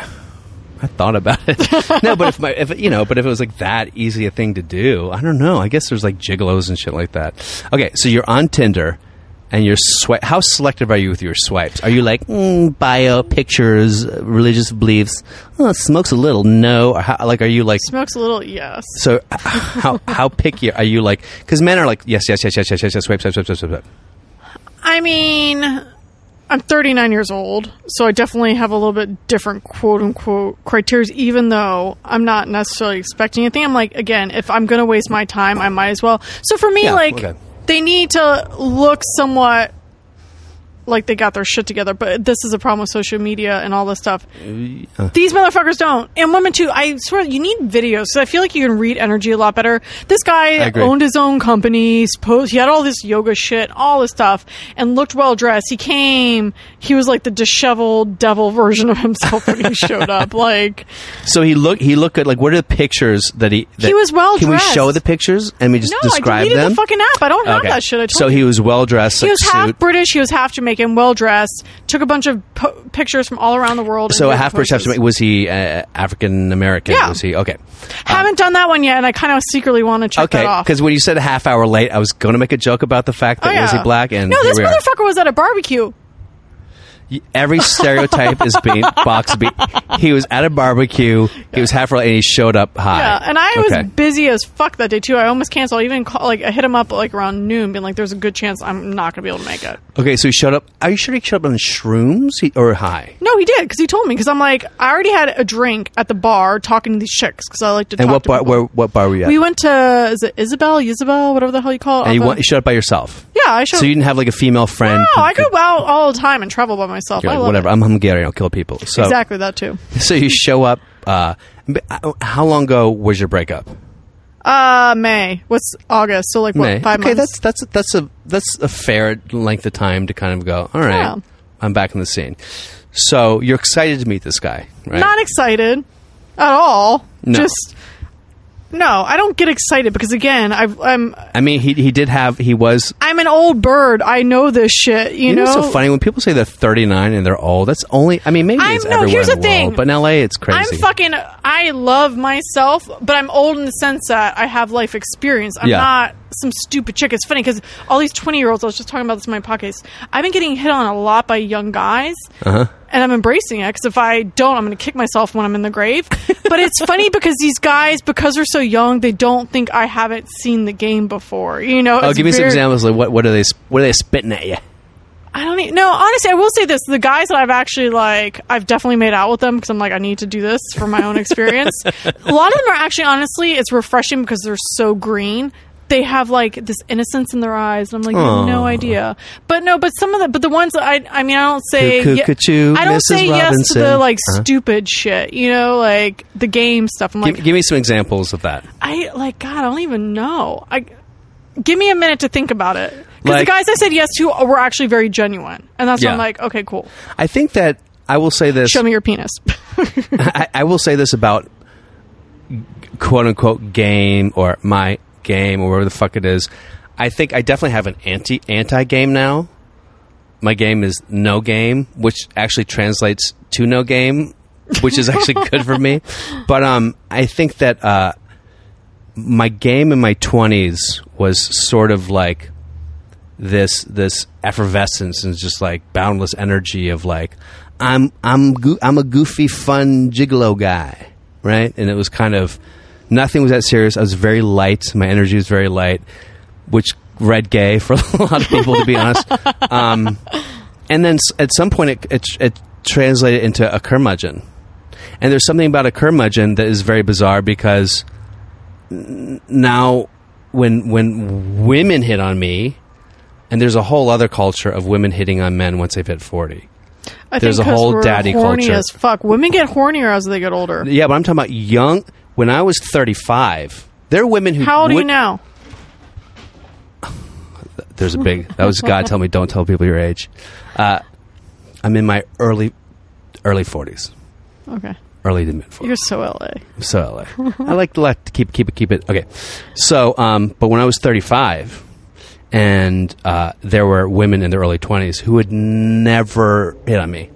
Speaker 3: I thought about it. no, but if my, if you know, but if it was like that easy a thing to do, I don't know. I guess there's like gigolos and shit like that. Okay, so you're on Tinder, and you're swipe. How selective are you with your swipes? Are you like mm, bio pictures, religious beliefs? Oh, smokes a little. No, or how, like are you like
Speaker 4: Smokes a little. Yes.
Speaker 3: so h- how how picky are you? Like because men are like yes yes yes yes yes yes yes swipe swipe swipe swipe swipe. swipe.
Speaker 4: I mean, I'm 39 years old, so I definitely have a little bit different quote unquote criteria, even though I'm not necessarily expecting anything. I'm like, again, if I'm going to waste my time, I might as well. So for me,
Speaker 3: Yeah,
Speaker 4: like,
Speaker 3: okay.
Speaker 4: they need to look somewhat like they got their shit together, but this is a problem with social media and all this stuff. These motherfuckers don't. And women too. I swear, you need videos. So I feel like you can read energy a lot better. This guy
Speaker 3: agree.
Speaker 4: owned his own company. Suppose he had all this yoga shit, all this stuff, and looked well dressed. He came. He was like the disheveled devil version of himself when he showed up. Like
Speaker 3: So he look he looked at like what are the pictures that he that,
Speaker 4: He was well
Speaker 3: Can we show
Speaker 4: dressed.
Speaker 3: the pictures and we just
Speaker 4: no, I
Speaker 3: describe
Speaker 4: deleted
Speaker 3: them?
Speaker 4: the fucking app. I don't have that shit. I told
Speaker 3: so
Speaker 4: you.
Speaker 3: he was well dressed,
Speaker 4: He
Speaker 3: like
Speaker 4: was half
Speaker 3: suit.
Speaker 4: British. He was half Jamaican, well dressed. Took a bunch of po- pictures from all around the world.
Speaker 3: So
Speaker 4: and
Speaker 3: a
Speaker 4: did
Speaker 3: half bird, half
Speaker 4: poses.
Speaker 3: Jamaican. Was he uh, African American?
Speaker 4: Yeah.
Speaker 3: Was he okay?
Speaker 4: Haven't done that one yet, and I kind of secretly want to check
Speaker 3: Okay,
Speaker 4: that off.
Speaker 3: because when you said a half hour late, I was going to make a joke about the fact that
Speaker 4: Oh,
Speaker 3: was
Speaker 4: yeah.
Speaker 3: he black, and
Speaker 4: no,
Speaker 3: here
Speaker 4: this
Speaker 3: we are.
Speaker 4: motherfucker was at a barbecue.
Speaker 3: Every stereotype is being box beat. He was at a barbecue. He was half late, and he showed up high.
Speaker 4: Yeah, and I
Speaker 3: Okay.
Speaker 4: was busy as fuck that day too. I almost canceled. I even call, like I hit him up like around noon, being like, "There's a good chance I'm not gonna be able to make it."
Speaker 3: Okay, so he showed up. Are you sure he showed up on shrooms He- or high?
Speaker 4: No, he did because he told me because I'm like I already had a drink at the bar talking to these chicks because I like to.
Speaker 3: And
Speaker 4: talk
Speaker 3: what
Speaker 4: to
Speaker 3: bar?
Speaker 4: people.
Speaker 3: Where, what bar were you at?
Speaker 4: we went to is it Isabel, Isabel, whatever the hell you call it.
Speaker 3: and you,
Speaker 4: off
Speaker 3: went,
Speaker 4: of-
Speaker 3: you showed up by yourself.
Speaker 4: yeah, I should.
Speaker 3: So you didn't have like a female friend.
Speaker 4: no, I go out all the time and travel by myself.
Speaker 3: You're
Speaker 4: I
Speaker 3: like,
Speaker 4: love
Speaker 3: whatever.
Speaker 4: it.
Speaker 3: I'm Hungarian. I'll kill people. So
Speaker 4: exactly that too.
Speaker 3: So you show up. Uh, but, uh, how long ago was your breakup?
Speaker 4: Uh, May. What's August? So like what?
Speaker 3: May.
Speaker 4: Five
Speaker 3: okay,
Speaker 4: months.
Speaker 3: that's that's that's a that's a fair length of time to kind of go. All right,
Speaker 4: Yeah.
Speaker 3: I'm back in the scene. So you're excited to meet this guy, right?
Speaker 4: not excited at all.
Speaker 3: No.
Speaker 4: Just no. I don't get excited because again, I've, I'm
Speaker 3: I mean, he he did have he was.
Speaker 4: I'm an old bird. I know this shit. You,
Speaker 3: You know,
Speaker 4: know.
Speaker 3: it's so funny when people say they're 39 and they're old. That's only. I mean, maybe
Speaker 4: I'm-
Speaker 3: it's
Speaker 4: no,
Speaker 3: everywhere
Speaker 4: here's
Speaker 3: in
Speaker 4: the thing.
Speaker 3: world, but in LA, it's
Speaker 4: I'm
Speaker 3: crazy.
Speaker 4: fucking. I love myself, but I'm old in the sense that I have life experience. I'm
Speaker 3: Yeah.
Speaker 4: not some stupid chick. It's funny because all these 20 year olds. I was just talking about this in my podcast. I've been getting hit on a lot by young guys,
Speaker 3: Uh-huh.
Speaker 4: and I'm embracing it because if I don't, I'm going to kick myself when I'm in the grave. but it's funny because these guys, because they're so young, they don't think I haven't seen the game before. You know?
Speaker 3: oh,
Speaker 4: It's
Speaker 3: give me some
Speaker 4: very-
Speaker 3: examples. Like what what are they sp- what are they spitting at you?
Speaker 4: I don't even, no, honestly, I will say this. The guys that I've actually, like, I've definitely made out with them because I'm like, I need to do this for my own experience. a lot of them are actually, honestly, it's refreshing because they're so green. They have, like, this innocence in their eyes. And I'm like, you have no
Speaker 3: Aw.
Speaker 4: idea. But no, but some of the, but the ones that I, I mean, I don't say,
Speaker 3: Cuckoo,
Speaker 4: ye-
Speaker 3: cuckoo,
Speaker 4: I don't
Speaker 3: Mrs.
Speaker 4: say yes to the,
Speaker 3: Robinson.
Speaker 4: like,
Speaker 3: Uh-huh.
Speaker 4: stupid shit, you know, like the game stuff. I'm like,
Speaker 3: give, give me some examples of that.
Speaker 4: I like God. I don't even know. I give me a minute to think about it because the
Speaker 3: Like-
Speaker 4: guys I said yes to were actually very genuine, and that's when I'm
Speaker 3: Yeah.
Speaker 4: like, okay, cool.
Speaker 3: I think that I will say this.
Speaker 4: Show me your penis.
Speaker 3: I, I will say this about quote unquote game or my game or whatever the fuck it is. I think I definitely have an anti anti game now. My game is no game, which actually translates to no game, which is actually good for me. But um, I think that uh, my game in my twenties was sort of like this this effervescence and just like boundless energy of like I'm I'm goo I'm a goofy fun gigolo guy, right? And it was kind of nothing was that serious. I was very light. My energy was very light, which read gay for a lot of people to be honest. Um, and then s- at some point it, it it translated into a curmudgeon. And there's something about a curmudgeon that is very bizarre because n- now when when women hit on me and there's a whole other culture of women hitting on men once they've hit 40.
Speaker 4: I
Speaker 3: There's a
Speaker 4: 'cause
Speaker 3: whole
Speaker 4: we're
Speaker 3: daddy
Speaker 4: horny
Speaker 3: culture.
Speaker 4: as fuck. Women get hornier as they get older.
Speaker 3: Yeah, but I'm talking about young. When I was 35, there are women who.
Speaker 4: How old are you
Speaker 3: would-
Speaker 4: now?
Speaker 3: There's a big. That was God telling me don't tell people your age. Uh, I'm in my early, early 40s,
Speaker 4: Okay,
Speaker 3: early to mid 40s.
Speaker 4: you're so LA.
Speaker 3: So like, I like to like to keep keep it keep it. Okay, so um, but when I was thirty five, and uh, there were women in their early twenties who would never hit on me.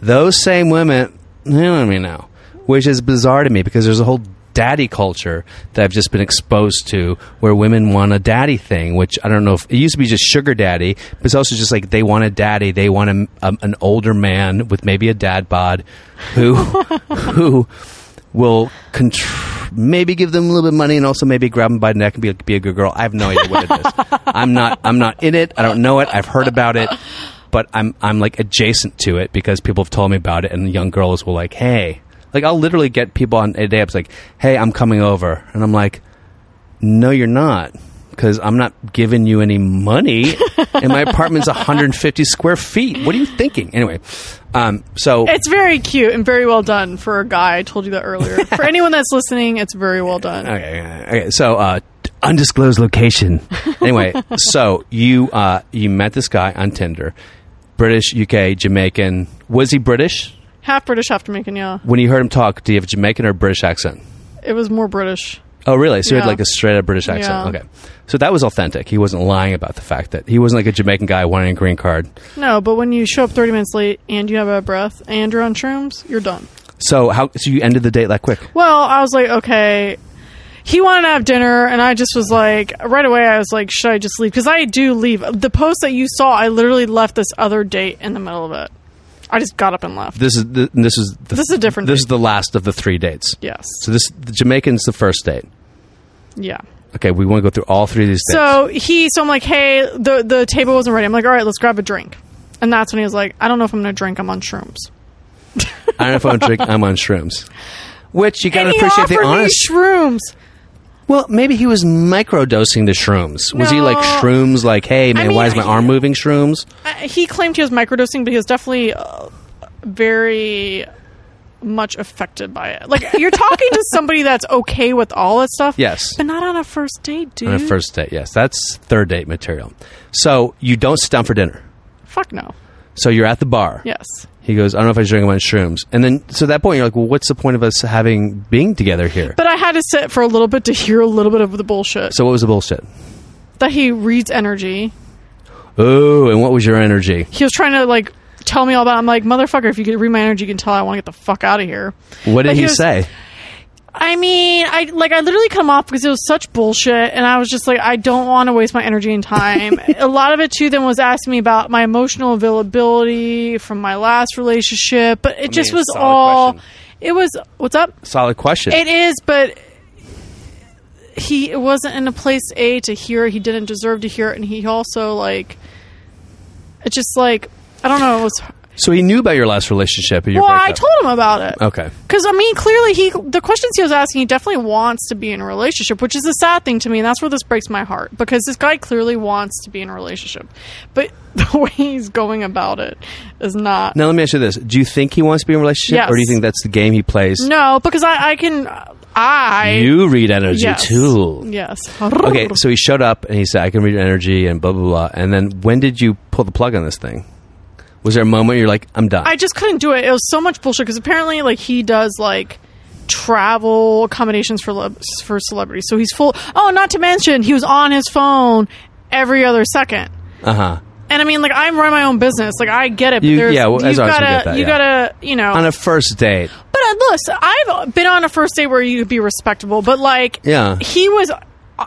Speaker 3: Those same women hit on me now, which is bizarre to me because there's a whole daddy culture that I've just been exposed to where women want a daddy thing, which I don't know if it used to be just sugar daddy, but it's also just like they want a daddy, they want a, a, an older man with maybe a dad bod who who will contr- maybe give them a little bit of money and also maybe grab them by the neck and be, be a good girl. I have no idea what it is. I'm not I'm not in it. I don't know it. I've heard about it, but I'm I'm like adjacent to it because people have told me about it and young girls will like, "Hey." Like I'll literally get people on a day apps like, "Hey, I'm coming over." And I'm like, "No, you're not." Because I'm not giving you any money, and my apartment's 150 square feet. What are you thinking? Anyway, um, so
Speaker 4: It's very cute and very well done for a guy. I told you that earlier. for anyone that's listening, it's very well done.
Speaker 3: Okay, okay, okay. So, uh, t- undisclosed location. Anyway, so you uh, you met this guy on Tinder, British, UK, Jamaican. Was he British?
Speaker 4: Half British, half Jamaican. Yeah,
Speaker 3: When you heard him talk, do you have a Jamaican or British accent?
Speaker 4: it was more British.
Speaker 3: Oh, really? So he
Speaker 4: Yeah.
Speaker 3: had like a straight up British accent.
Speaker 4: Yeah.
Speaker 3: Okay. So that was authentic. He wasn't lying about the fact that he wasn't like a Jamaican guy wanting a green card.
Speaker 4: No, but when you show up 30 minutes late and you have a breath and you're on shrooms, you're done.
Speaker 3: So how? So you ended the date that quick?
Speaker 4: Well, I was like, okay. He wanted to have dinner, and I just was like, right away, I was like, should I just leave? Because I do leave. The post that you saw, I literally left this other date in the middle of it. I just got up and left.
Speaker 3: This is the, this is the,
Speaker 4: This is a different
Speaker 3: This
Speaker 4: date.
Speaker 3: is the last of the three dates.
Speaker 4: yes.
Speaker 3: So this the Jamaican's the first date.
Speaker 4: Yeah.
Speaker 3: Okay, we want to go through all three of these dates.
Speaker 4: So he, so I'm like, hey, the the table wasn't ready. I'm like, all right, let's grab a drink. And that's when he was like, I don't know if I'm gonna drink. I'm on shrooms.
Speaker 3: I don't know if I'm drinking. I'm on shrooms. Which you got to
Speaker 4: And he
Speaker 3: appreciate the
Speaker 4: offered me
Speaker 3: honest.
Speaker 4: shrooms.
Speaker 3: well, maybe he was microdosing the shrooms. Was he like
Speaker 4: No.
Speaker 3: shrooms? Like, hey man,
Speaker 4: mean,
Speaker 3: why is my
Speaker 4: I-
Speaker 3: arm moving? Shrooms.
Speaker 4: Uh, He claimed he was microdosing, but he was definitely uh, very much affected by it. Like you're talking to somebody that's okay with all that stuff.
Speaker 3: Yes.
Speaker 4: but not on a first date, dude.
Speaker 3: On a first date, yes, that's third date material. So you don't sit down for dinner.
Speaker 4: Fuck no.
Speaker 3: So you're at the bar.
Speaker 4: Yes.
Speaker 3: He goes, I don't know if I should drink my shrooms. And then, so at that point, you're like, well, what's the point of us having being together here?
Speaker 4: But I had to sit for a little bit to hear a little bit of the bullshit
Speaker 3: so what was the bullshit?
Speaker 4: that he reads energy.
Speaker 3: Oh, and what was your energy?
Speaker 4: he was trying to like tell me all about. it. I'm like, motherfucker, if you could read my energy, you can tell I want to get the fuck out of here.
Speaker 3: What did
Speaker 4: But
Speaker 3: he,
Speaker 4: he was-
Speaker 3: say?
Speaker 4: I mean, I like I literally come off because it was such bullshit, and I was just like, I don't want to waste my energy and time. a lot of it too then was asking me about my emotional availability from my last relationship, but it just
Speaker 3: mean,
Speaker 4: was
Speaker 3: solid
Speaker 4: all.
Speaker 3: question.
Speaker 4: It was what's up.
Speaker 3: Solid question.
Speaker 4: It is, but he wasn't in a place A to hear. it. He didn't deserve to hear it, and he also like. It's just like I don't know. It was
Speaker 3: so he knew about your last relationship. and Your
Speaker 4: well,
Speaker 3: breakup.
Speaker 4: I told him about it.
Speaker 3: Okay.
Speaker 4: Because I mean, clearly he the questions he was asking, he definitely wants to be in a relationship, which is a sad thing to me, and that's where this breaks my heart because this guy clearly wants to be in a relationship, but the way he's going about it is not.
Speaker 3: Now let me ask you this: Do you think he wants to be in a relationship,
Speaker 4: Yes.
Speaker 3: or do you think that's the game he plays?
Speaker 4: No, because I, I can I
Speaker 3: You read energy
Speaker 4: yes,
Speaker 3: too.
Speaker 4: Yes.
Speaker 3: Okay, so he showed up and he said, "I can read your energy," and blah blah blah. And then, when did you pull the plug on this thing? Was there a moment you're like, "I'm done"?
Speaker 4: I just couldn't do it. It was so much bullshit because apparently, like, he does like travel accommodations for le- for celebrities, so he's full. Oh, not to mention he was on his phone every other second.
Speaker 3: uh huh.
Speaker 4: And I mean, like, I'm running my own business. Like, I get it. But
Speaker 3: You-
Speaker 4: there's,
Speaker 3: yeah, well,
Speaker 4: you
Speaker 3: as long as we
Speaker 4: gotta,
Speaker 3: get that,
Speaker 4: you
Speaker 3: yeah.
Speaker 4: gotta, you know.
Speaker 3: On a first date,
Speaker 4: but uh, look, so I've been on a first date where you could be respectable, but like,
Speaker 3: Yeah.
Speaker 4: he was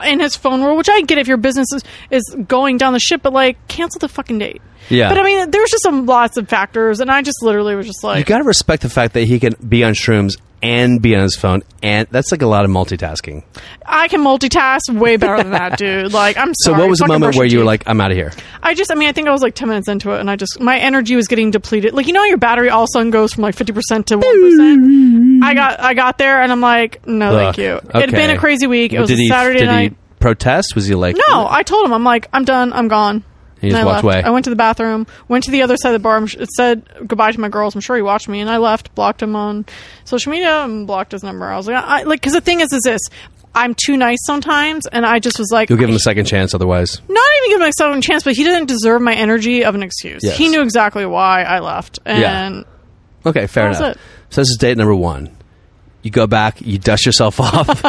Speaker 4: in his phone world, which I get if your business is, is going down the ship, but like, cancel the fucking date.
Speaker 3: Yeah.
Speaker 4: But I mean, there's just some lots of factors, and I just literally was just
Speaker 3: you
Speaker 4: like,
Speaker 3: got to respect the fact that he can be on shrooms and be on his phone, and that's like a lot of multitasking.
Speaker 4: I can multitask way better than that, dude. Like, I'm
Speaker 3: So,
Speaker 4: sorry.
Speaker 3: what was the
Speaker 4: Fucking
Speaker 3: moment
Speaker 4: brush
Speaker 3: where
Speaker 4: your
Speaker 3: you were
Speaker 4: teeth.
Speaker 3: like, "I'm out of here"?
Speaker 4: I just, I mean, I think I was like 10 minutes into it and I just, my energy was getting depleted. Like, you know, how your battery all of a sudden goes from like 50% to 1%. I got, I got there and I'm like, no, Oh, thank
Speaker 3: Ugh,
Speaker 4: you. It had been
Speaker 3: okay.
Speaker 4: a crazy week. It was
Speaker 3: did
Speaker 4: a
Speaker 3: he,
Speaker 4: Saturday
Speaker 3: did
Speaker 4: night.
Speaker 3: He protest? Was he like,
Speaker 4: no, I told him, I'm like, I'm done. I'm gone.
Speaker 3: He just
Speaker 4: and I
Speaker 3: walked
Speaker 4: left.
Speaker 3: away.
Speaker 4: I went to the bathroom, went to the other side of the bar. I'm sh- It said goodbye to my girls. I'm sure he watched me, and I left. Blocked him on social media and blocked his number. I was like, I, I like, because the thing is, is this. I'm too nice sometimes, and I just was like,
Speaker 3: You'll give him a second chance, otherwise.
Speaker 4: not even give myself a chance, but he didn't deserve my energy of an excuse.
Speaker 3: Yes.
Speaker 4: He knew exactly why I left. And
Speaker 3: Okay, fair
Speaker 4: That was
Speaker 3: enough.
Speaker 4: it.
Speaker 3: So this is date number one. You go back, you dust yourself off,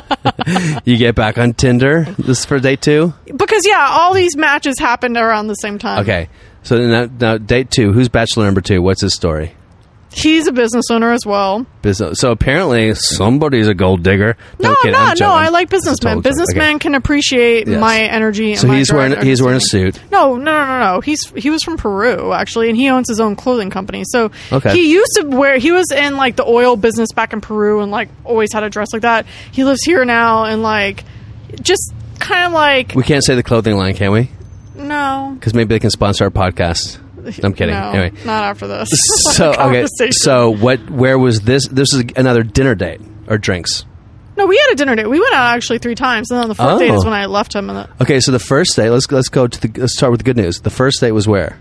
Speaker 3: you get back on Tinder. This is for date two.
Speaker 4: because yeah, all these matches happened around the same time.
Speaker 3: Okay, so now, now date two. Who's bachelor number two? What's his story?
Speaker 4: He's a business owner as well.
Speaker 3: Business. So apparently somebody's a gold digger.
Speaker 4: No, I'm
Speaker 3: kidding,
Speaker 4: not.
Speaker 3: joking.
Speaker 4: no, I like
Speaker 3: This is
Speaker 4: businessmen.
Speaker 3: total joke.
Speaker 4: businessmen
Speaker 3: Okay.
Speaker 4: can appreciate
Speaker 3: Yes.
Speaker 4: my energy. And
Speaker 3: So
Speaker 4: my
Speaker 3: he's
Speaker 4: drive
Speaker 3: wearing
Speaker 4: and
Speaker 3: he's wearing a
Speaker 4: understanding.
Speaker 3: suit.
Speaker 4: No, no, no, no, no. He's he was from Peru actually, and he owns his own clothing company. So
Speaker 3: Okay.
Speaker 4: he used to wear. He was in like the oil business back in Peru, and like always had a dress like that. He lives here now, and like just kind of like
Speaker 3: We can't say the clothing line, can we?
Speaker 4: no.
Speaker 3: Because maybe they can sponsor our podcast. I'm kidding.
Speaker 4: No,
Speaker 3: Anyway,
Speaker 4: not after this.
Speaker 3: so okay.
Speaker 4: Conversation.
Speaker 3: So what? Where was this? This is another dinner date or drinks.
Speaker 4: no, we had a dinner date. We went out actually three times, and then on the fourth
Speaker 3: Oh.
Speaker 4: date is when I left him. And the,
Speaker 3: Okay, so the first date. Let's let's go to the. Let's start with the good news. The first date was where?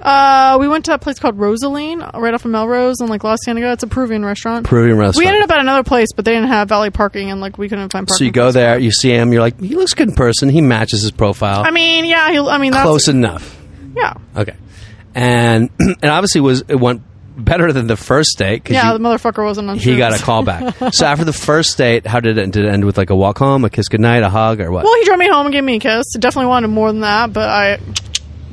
Speaker 4: uh, we went to a place called Rosaline, right off of Melrose, and like Los Angeles. It's a Peruvian restaurant.
Speaker 3: Peruvian restaurant.
Speaker 4: We ended up at another place, but they didn't have valley parking, and like we couldn't find parking.
Speaker 3: so you go
Speaker 4: for us.
Speaker 3: there, you see him, you're like, he looks good in person. He matches his profile.
Speaker 4: I mean, yeah, he, I mean that's
Speaker 3: close enough.
Speaker 4: Yeah,
Speaker 3: Okay, and and obviously was it went better than the first date. 'cause
Speaker 4: yeah,
Speaker 3: you-
Speaker 4: the motherfucker wasn't on.
Speaker 3: he got a
Speaker 4: shrooms.
Speaker 3: call back. so after the first date, how did it end? Did it end with like a walk home, a kiss goodnight, a hug, or what?
Speaker 4: Well, he drove me home and gave me a kiss. Definitely wanted more than that, but I,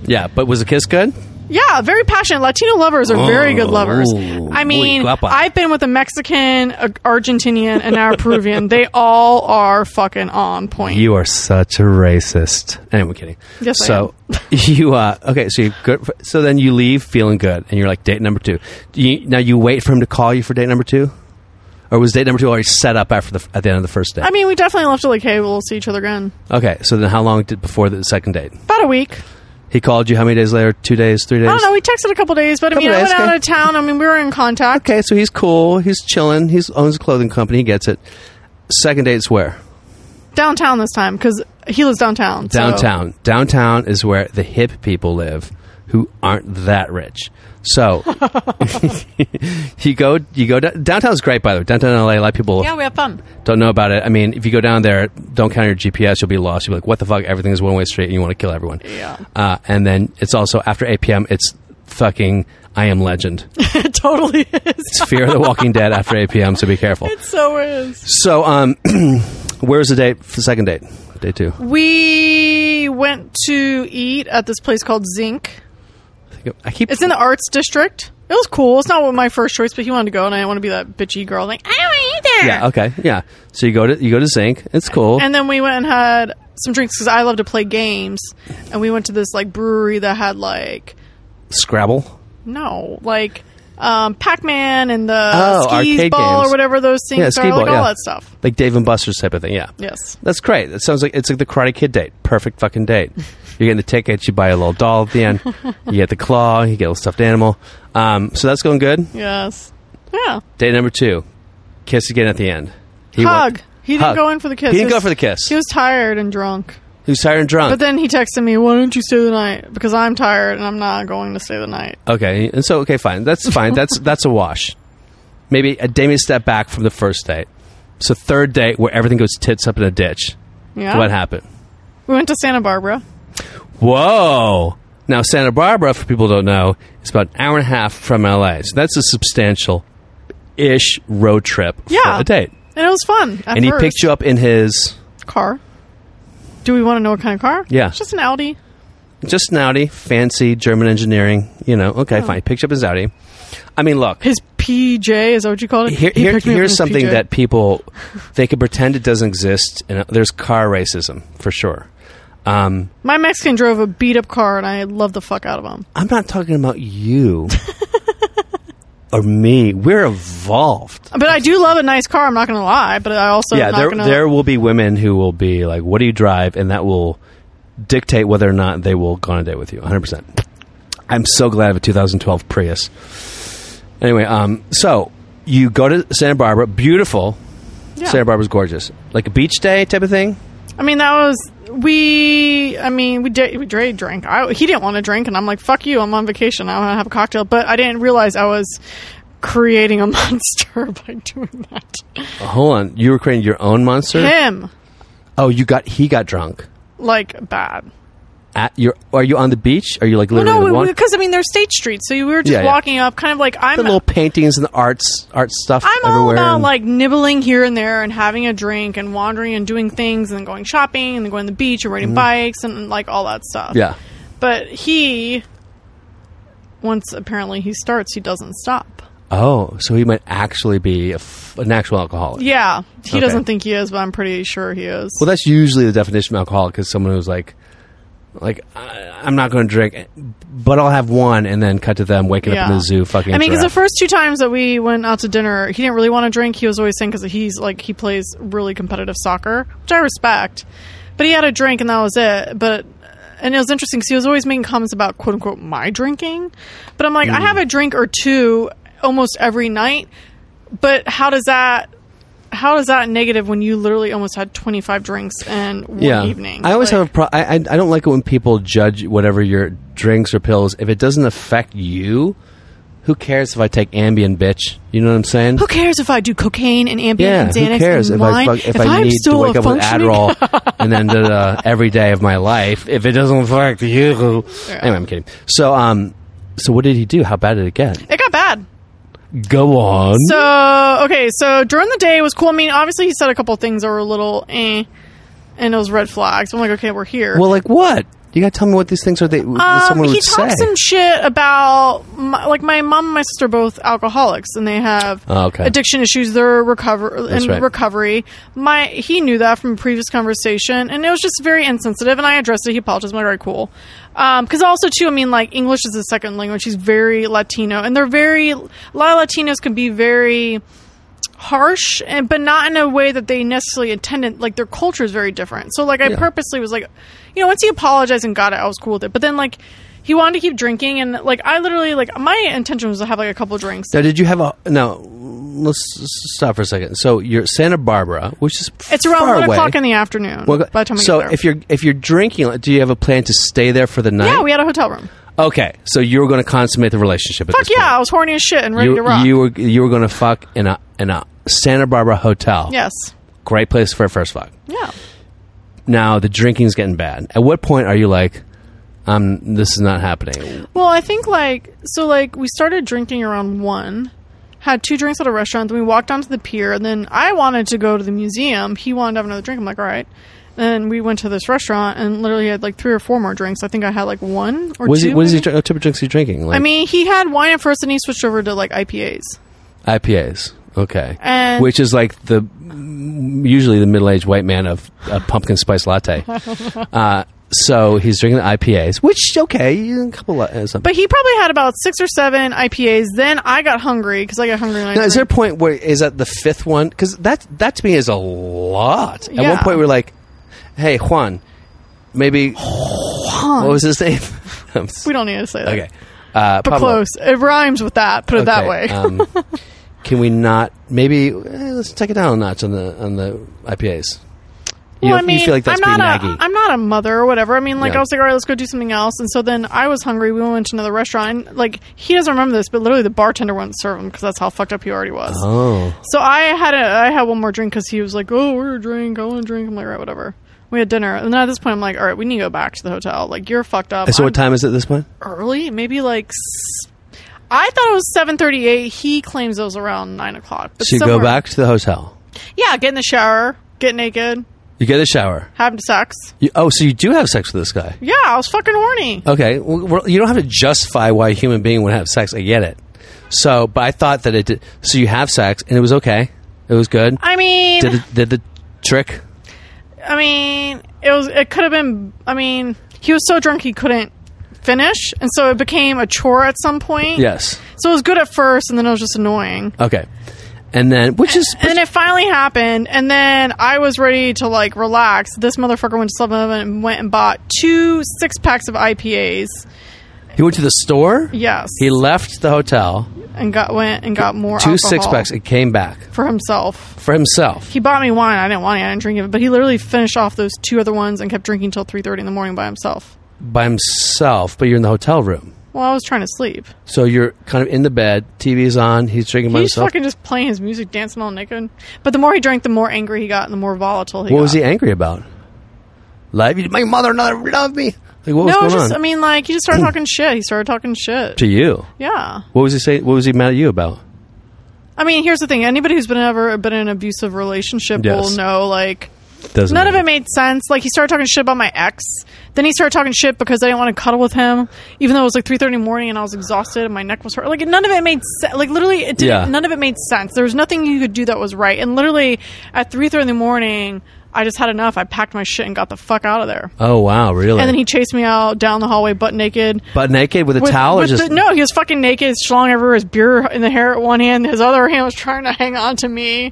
Speaker 3: yeah, but was a kiss good?
Speaker 4: yeah, very passionate. Latino lovers are very good lovers.
Speaker 3: Oh,
Speaker 4: I
Speaker 3: muy
Speaker 4: mean,
Speaker 3: guapa.
Speaker 4: I've been with a Mexican, a Argentinian, and now a Peruvian. they all are fucking on point.
Speaker 3: You are such a racist. Anyway, I'm kidding.
Speaker 4: Yes, I
Speaker 3: so you uh, okay? So you good. For, so then you leave feeling good, and you're like date number two. Do You, now you wait for him to call you for date number two, or was date number two already set up after the at the end of the first date?
Speaker 4: I mean, we definitely left it like, hey, we'll see each other again.
Speaker 3: okay, so then how long did before the second date?
Speaker 4: About a week.
Speaker 3: He called you how many days later? Two days, three days?
Speaker 4: I don't know. We texted a couple days, but I
Speaker 3: Couple
Speaker 4: mean, I
Speaker 3: days,
Speaker 4: went out
Speaker 3: okay.
Speaker 4: of town. I mean, we were in contact.
Speaker 3: Okay, so he's cool. He's chilling. He's owns a clothing company. He gets it. Second date's where?
Speaker 4: Downtown this time, because he lives downtown. so-
Speaker 3: Downtown. Downtown is where the hip people live who aren't that rich. So you go you go down, downtown's great by the way. Downtown LA a lot of people
Speaker 4: Yeah, we have fun.
Speaker 3: don't know about it. I mean, if you go down there, don't count your GPS, you'll be lost. You'll be like, what the fuck? Everything is one way street and you want to kill everyone.
Speaker 4: Yeah.
Speaker 3: Uh, and then it's also after 8 p.m., it's fucking I Am Legend.
Speaker 4: It totally is.
Speaker 3: It's Fear of the Walking Dead after 8 p.m., so be careful.
Speaker 4: So is.
Speaker 3: So, um, where's the date for the second date? Day two.
Speaker 4: We went to eat at this place called Zinc.
Speaker 3: I, think I keep.
Speaker 4: It's in the arts district. It was cool. It's not my first choice, but he wanted to go, and I didn't want to be that bitchy girl. Like, I don't want to eat there.
Speaker 3: yeah. Okay. Yeah. So you go to you go to Zinc. It's cool.
Speaker 4: And then we went and had some drinks because I love to play games, and we went to this like brewery that had like
Speaker 3: Scrabble.
Speaker 4: no like um, Pac Man and the
Speaker 3: Oh,
Speaker 4: skis
Speaker 3: arcade
Speaker 4: ball
Speaker 3: games.
Speaker 4: or whatever those things
Speaker 3: Yeah,
Speaker 4: are,
Speaker 3: skee
Speaker 4: like
Speaker 3: ball,
Speaker 4: all
Speaker 3: yeah.
Speaker 4: that stuff.
Speaker 3: Like Dave and Buster's type of thing. Yeah.
Speaker 4: Yes.
Speaker 3: That's great. That sounds like it's like the Karate Kid date. Perfect fucking date. You're getting the tickets. You buy a little doll at the end. You get the claw. You get a little stuffed animal. Um, so that's going good.
Speaker 4: Yes. Yeah.
Speaker 3: Date number two. Kiss again at the end. He wa-
Speaker 4: hug. He didn't
Speaker 3: Hug.
Speaker 4: go in for the kiss.
Speaker 3: He didn't
Speaker 4: was-
Speaker 3: go for the kiss.
Speaker 4: He was tired and drunk.
Speaker 3: He was tired and drunk.
Speaker 4: But then he texted me, "Why don't you stay the night? Because I'm tired and I'm not going to stay the night."
Speaker 3: Okay, and so okay, fine. That's fine. That's that's a wash. Maybe a day may step back from the first date. So third date where everything goes tits up in a ditch.
Speaker 4: Yeah.
Speaker 3: What happened?
Speaker 4: We went to Santa Barbara.
Speaker 3: Whoa! Now Santa Barbara, for people who don't know, is about an hour and a half from LA. So that's a substantial ish road trip
Speaker 4: Yeah.
Speaker 3: for a date.
Speaker 4: And it was fun. At
Speaker 3: And he
Speaker 4: first.
Speaker 3: picked you up in his
Speaker 4: car. Do we want to know what kind of car?
Speaker 3: Yeah.
Speaker 4: It's just an Audi.
Speaker 3: just an Audi, fancy German engineering, you know, okay, fine. He picked you up his Audi. I mean look,
Speaker 4: His PJ, is that what you called it?
Speaker 3: Here,
Speaker 4: He
Speaker 3: here-
Speaker 4: picked me up in
Speaker 3: here's
Speaker 4: his
Speaker 3: something
Speaker 4: PJ.
Speaker 3: that people they can pretend it doesn't exist, and uh, there's car racism for sure. Um,
Speaker 4: My Mexican drove a beat up car and I love the fuck out of him.
Speaker 3: I'm not talking about you or me. We're evolved.
Speaker 4: But I do love a nice car, I'm not going to lie, but I also
Speaker 3: yeah,
Speaker 4: am not
Speaker 3: there
Speaker 4: gonna,
Speaker 3: there will be women who will be like, "What do you drive?" and that will dictate whether or not they will go on a date with you. 100. percent I'm so glad I have a 2012 Prius. Anyway, um, so you go to Santa Barbara, beautiful.
Speaker 4: yeah.
Speaker 3: Santa Barbara's gorgeous, like a beach day type of thing.
Speaker 4: I mean, that was we. I mean, we did. We dra- drank. I, he didn't want to drink, and I'm like, "Fuck you! I'm on vacation. I want to have a cocktail." But I didn't realize I was creating a monster by doing that.
Speaker 3: Hold on, you were creating your own monster.
Speaker 4: Him,
Speaker 3: Oh, you got he got drunk
Speaker 4: like, bad.
Speaker 3: at your. Are you on the beach? Are you like
Speaker 4: Well,
Speaker 3: literally
Speaker 4: no,
Speaker 3: in the lawn?
Speaker 4: because we, 'cause, I mean, they're state streets, so we were just
Speaker 3: Yeah, yeah.
Speaker 4: walking up, kind of like I'm.
Speaker 3: the little paintings and the arts art stuff
Speaker 4: I'm all
Speaker 3: everywhere.
Speaker 4: about
Speaker 3: and-
Speaker 4: like nibbling here and there and having a drink and wandering and doing things and going shopping and then going to the beach and riding bikes and like all that stuff.
Speaker 3: Mm-hmm. yeah.
Speaker 4: But he, once apparently he starts, he doesn't stop.
Speaker 3: Oh, so he might actually be a f- an actual alcoholic.
Speaker 4: Yeah, he
Speaker 3: Okay.
Speaker 4: doesn't think he is, but I'm pretty sure he is.
Speaker 3: Well, that's usually the definition of alcoholic is someone who's like, like I, I'm not going to drink, but I'll have one, and then cut to them waking up in the zoo, fucking.
Speaker 4: I mean, because the
Speaker 3: giraffe.
Speaker 4: first two times that we went out to dinner, he didn't really want to drink. He was always saying because he's like he plays really competitive soccer, which I respect. But he had a drink and that was it. But and it was interesting because he was always making comments about quote unquote my drinking. But I'm
Speaker 3: Mm.
Speaker 4: like, I have a drink or two almost every night. But how does that? How is that negative when you literally almost had 25 drinks in one evening?
Speaker 3: I always
Speaker 4: Like-
Speaker 3: have a pro- I, I I don't like it when people judge whatever your drinks or pills. If it doesn't affect you, who cares if I take Ambien, bitch? You know what I'm saying?
Speaker 4: Who cares if I do cocaine and Ambien
Speaker 3: yeah,
Speaker 4: and Xanax
Speaker 3: who cares
Speaker 4: and
Speaker 3: if
Speaker 4: wine?
Speaker 3: I fuck, if, I
Speaker 4: I'm
Speaker 3: need to
Speaker 4: still
Speaker 3: wake
Speaker 4: a
Speaker 3: up with
Speaker 4: functioning-
Speaker 3: Adderall and then da, da, da, every day of my life? If it doesn't affect you, anyway, I'm kidding. So, um, so what did he do? How bad did it get?
Speaker 4: It got bad.
Speaker 3: Go on.
Speaker 4: So okay, so during the day it was cool. I mean, obviously he said a couple things that were a little eh, and it was red flags. I'm like, okay, we're here.
Speaker 3: well, like what? You gotta tell me what these things are. They that
Speaker 4: um,
Speaker 3: someone
Speaker 4: he
Speaker 3: would
Speaker 4: talks
Speaker 3: say.
Speaker 4: some shit about my, like my mom and my sister are both alcoholics and they have
Speaker 3: Oh, okay.
Speaker 4: addiction issues. They're recover
Speaker 3: That's
Speaker 4: in
Speaker 3: right.
Speaker 4: recovery. My he knew that from a previous conversation and it was just very insensitive. And I addressed it. He apologized. I'm like, all right, cool. Because also too, I mean, like English is a second language. He's very Latino and they're very a lot of Latinos can be very harsh and but not in a way that they necessarily intended like their culture is very different so like i
Speaker 3: Yeah.
Speaker 4: purposely was like you know once he apologized and got it i was cool with it but then like he wanted to keep drinking and like i literally like my intention was to have like a couple drinks
Speaker 3: now, did you have a now? Let's stop for a second. So you're Santa Barbara, which is
Speaker 4: it's around
Speaker 3: far
Speaker 4: one
Speaker 3: away.
Speaker 4: o'clock in the afternoon
Speaker 3: Well,
Speaker 4: by the time we
Speaker 3: so
Speaker 4: get there.
Speaker 3: if you're if you're drinking, like, do you have a plan to stay there for the night?
Speaker 4: yeah we had a hotel room
Speaker 3: okay, so you're going to consummate the relationship. At
Speaker 4: fuck
Speaker 3: this
Speaker 4: yeah i
Speaker 3: point.
Speaker 4: was horny as shit and ready
Speaker 3: you,
Speaker 4: to rock
Speaker 3: you were you were going to fuck in a in a Santa Barbara hotel.
Speaker 4: yes
Speaker 3: great place for a first fuck.
Speaker 4: yeah
Speaker 3: Now the drinking's getting bad. At what point are you like, um, this is not happening?
Speaker 4: Well, I think like so like we started drinking around one, had two drinks at a restaurant, then we walked onto the pier, and then I wanted to go to the museum. He wanted to have another drink. I'm like, all right. And we went to this restaurant and literally had like three or four more drinks. I think I had like one or
Speaker 3: Was
Speaker 4: two.
Speaker 3: he, what is he?
Speaker 4: maybe.
Speaker 3: drink- What type of drinks are you drinking? Like
Speaker 4: I mean, he had wine at first, and he switched over to like IPAs.
Speaker 3: IPAs. Okay,
Speaker 4: And-
Speaker 3: which is like the usually the middle-aged white man of a pumpkin spice latte. uh, so he's drinking the IPAs, which okay, a couple of uh, something.
Speaker 4: But he probably had about six or seven IPAs. Then I got hungry because I got hungry. And I
Speaker 3: Now, is there a
Speaker 4: drank.
Speaker 3: point where is that the fifth one? Because that that to me is a lot. At one
Speaker 4: Yeah.
Speaker 3: point, we're like, "Hey, Juan, maybe what was his name?" I'm s-
Speaker 4: we don't need to say that.
Speaker 3: okay, uh,
Speaker 4: but
Speaker 3: Pablo.
Speaker 4: close. It rhymes with that. Put it that
Speaker 3: Okay,
Speaker 4: way.
Speaker 3: um, can we not? Maybe eh, let's take it down a notch on the on the IPAs. You,
Speaker 4: well,
Speaker 3: don't-
Speaker 4: I mean,
Speaker 3: you feel like that's
Speaker 4: I'm not
Speaker 3: being naggy.
Speaker 4: a, I'm not a mother or whatever. I mean, like
Speaker 3: Yeah.
Speaker 4: I was like, all right, let's go do something else. And so then I was hungry. We went to another restaurant. And, like he doesn't remember this, but literally the bartender wouldn't serve him because that's how fucked up he already was.
Speaker 3: oh,
Speaker 4: So I had a I had one more drink because he was like, oh, we're a drink. I want a drink. I'm like, all right, whatever. We had dinner, and then at this point, I'm like, all right, we need to go back to the hotel. Like you're fucked up.
Speaker 3: And so
Speaker 4: I'm
Speaker 3: what time is it at this point?
Speaker 4: Early, maybe like. s- I thought it was seven thirty-eight. He claims it was around nine o'clock. But
Speaker 3: So you go
Speaker 4: somewhere-
Speaker 3: back to the hotel.
Speaker 4: Yeah, get in the shower, get naked,
Speaker 3: You get a shower.
Speaker 4: have sex.
Speaker 3: You, oh, so you do have sex with this guy.
Speaker 4: Yeah, I was fucking horny.
Speaker 3: Okay, well, we're- you don't have to justify why a human being would have sex. I get it. So, but I thought that it did. So you have sex, and it was okay. It was good.
Speaker 4: I mean,
Speaker 3: Did it, did the trick?
Speaker 4: I mean, it was. It could have been. I mean, he was so drunk he couldn't finish, and so it became a chore at some point.
Speaker 3: Yes.
Speaker 4: So it was good at first, and then it was just annoying.
Speaker 3: Okay. And then, which is
Speaker 4: And then it finally happened, and then I was ready to like relax. This motherfucker went to 7-Eleven and went and bought two six packs of IPAs.
Speaker 3: he went to the store.
Speaker 4: Yes,
Speaker 3: He left the hotel,
Speaker 4: and got went and got more
Speaker 3: two
Speaker 4: alcohol
Speaker 3: six packs, and came back
Speaker 4: for himself.
Speaker 3: for himself.
Speaker 4: He bought me wine. I didn't want it. I didn't drink it, but he literally finished off those two other ones and kept drinking till three thirty in the morning by himself.
Speaker 3: by himself, but you're in the hotel room.
Speaker 4: Well, I was trying to sleep.
Speaker 3: So you're kind of in the bed, TV's on, he's drinking by
Speaker 4: He was
Speaker 3: himself.
Speaker 4: fucking just playing his music, dancing all naked. But the more he drank, the more angry he got, and the more volatile he
Speaker 3: What
Speaker 4: got.
Speaker 3: was he angry about? Life, my mother never loved me. Like, what was
Speaker 4: No, it
Speaker 3: going
Speaker 4: was just.
Speaker 3: on?
Speaker 4: I mean, like he just started talking shit. He started talking shit.
Speaker 3: to you.
Speaker 4: Yeah.
Speaker 3: What was he say? What was he mad at you about?
Speaker 4: I mean, here's the thing. Anybody who's been ever been in an abusive relationship
Speaker 3: Yes.
Speaker 4: will know, like.
Speaker 3: Doesn't
Speaker 4: None of it made sense. Like he started talking shit about my ex. Then he started talking shit because I didn't want to cuddle with him, even though it was like three thirty in the morning and I was exhausted and my neck was hurt. Like none of it made sense. Like literally, it didn't.
Speaker 3: Yeah.
Speaker 4: None of it made sense. There was nothing you could do that was right. And literally, at three thirty in the morning, I just had enough. I packed my shit and got the fuck out of there.
Speaker 3: Oh wow, really?
Speaker 4: And then he chased me out down the hallway, butt naked.
Speaker 3: butt naked with a
Speaker 4: With-
Speaker 3: towel,
Speaker 4: with
Speaker 3: or just
Speaker 4: the- no, he was fucking naked, schlong everywhere, his beer in the hair at one hand, his other hand was trying to hang on to me.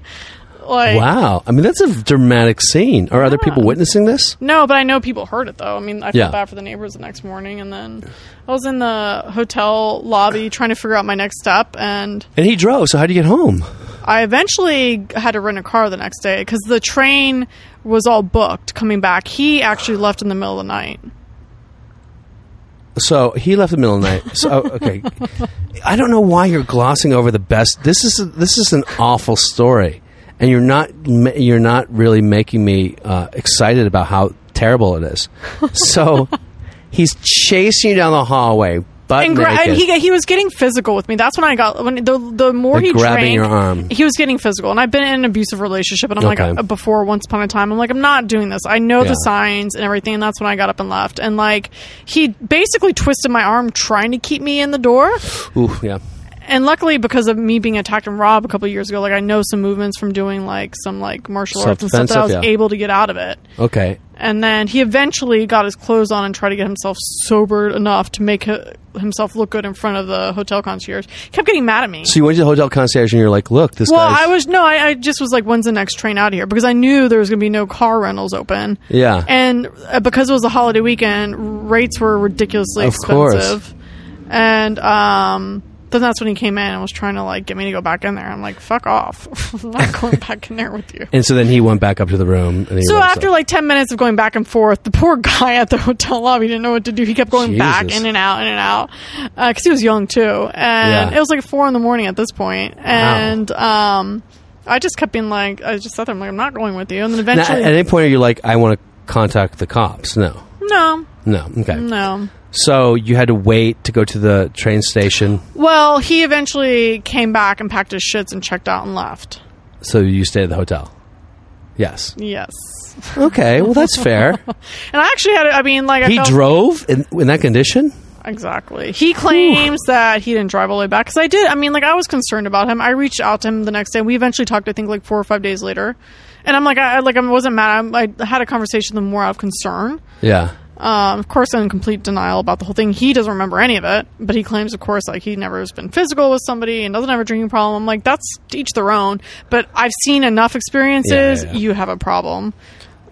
Speaker 4: Like
Speaker 3: Wow, I mean that's a dramatic scene. Are other people witnessing this?
Speaker 4: No, but I know people heard it though. I mean, I felt
Speaker 3: Yeah.
Speaker 4: bad for the neighbors the next morning, and then I was in the hotel lobby trying to figure out my next step, and
Speaker 3: And he drove. So how do you get home?
Speaker 4: I eventually had to rent a car the next day because the train was all booked coming back. He actually left in the middle of the night.
Speaker 3: So he left the middle of the night. So oh, okay, I don't know why you're glossing over the best. This is this is an awful story, and you're not ma- you're not really making me uh, excited about how terrible it is. So he's chasing you down the hallway, butt
Speaker 4: and, gra-
Speaker 3: naked.
Speaker 4: and he he was getting physical with me. That's when I got when the the more
Speaker 3: Like
Speaker 4: he
Speaker 3: grabbing
Speaker 4: drank,
Speaker 3: your arm.
Speaker 4: he was getting physical. And I've been in an abusive relationship, and I'm
Speaker 3: Okay.
Speaker 4: like uh, before once upon a time, I'm like I'm not doing this. I know
Speaker 3: Yeah.
Speaker 4: the signs and everything. And that's when I got up and left. And like he basically twisted my arm trying to keep me in the door.
Speaker 3: Ooh, yeah.
Speaker 4: And luckily, because of me being attacked and robbed a couple of years ago, like I know some movements from doing like some like martial arts and stuff
Speaker 3: Self-defense
Speaker 4: that I was
Speaker 3: stuff, yeah.
Speaker 4: able to get out of it.
Speaker 3: Okay.
Speaker 4: And then he eventually got his clothes on and tried to get himself sobered enough to make hi- himself look good in front of the hotel concierge. He kept getting mad at me.
Speaker 3: So you went to the hotel concierge and you're like, look, this
Speaker 4: well,
Speaker 3: guy's.
Speaker 4: I was no, I, I just was like, when's the next train out of here? Because I knew there was going to be no car rentals open.
Speaker 3: Yeah.
Speaker 4: and uh, because it was a holiday weekend, rates were ridiculously
Speaker 3: Of course.
Speaker 4: expensive. And um, then that's when he came in and was trying to like get me to go back in there. I'm like, fuck off, I'm not going back in there with you.
Speaker 3: and so then he went back up to the room. And he
Speaker 4: So
Speaker 3: went
Speaker 4: after
Speaker 3: upstairs.
Speaker 4: like ten minutes of going back and forth, the poor guy at the hotel lobby didn't know what to do. He kept going back
Speaker 3: Jesus.
Speaker 4: in and out, in and out, because he was young too, and
Speaker 3: Yeah.
Speaker 4: it was like four in the morning at this point. And um, I just kept being like, I just sat there, I'm like, I'm not going with you. And then
Speaker 3: Now,
Speaker 4: eventually,
Speaker 3: at any point, are you like, I want to contact the cops? No.
Speaker 4: no,
Speaker 3: No. Okay.
Speaker 4: no.
Speaker 3: So you had to wait to go to the train station.
Speaker 4: Well, he eventually came back and packed his shits and checked out and left.
Speaker 3: So you stayed at the hotel. Yes.
Speaker 4: Yes,
Speaker 3: Okay. Well, that's fair.
Speaker 4: and I actually had, I mean, like I
Speaker 3: he
Speaker 4: felt-
Speaker 3: drove in, in that condition.
Speaker 4: Exactly. He claims that he didn't drive all the way back because I did. I mean, like I was concerned about him. I reached out to him the next day. We eventually talked. I think like four or five days later, and I'm like, I I- like I wasn't mad. I'm, I had a conversation with him more out of concern.
Speaker 3: Yeah.
Speaker 4: Um, of course, I'm in complete denial about the whole thing. He doesn't remember any of it, but he claims, of course, like he never has been physical with somebody and doesn't have a drinking problem. I'm like, that's to each their own. But I've seen enough experiences.
Speaker 3: yeah.
Speaker 4: You have a problem.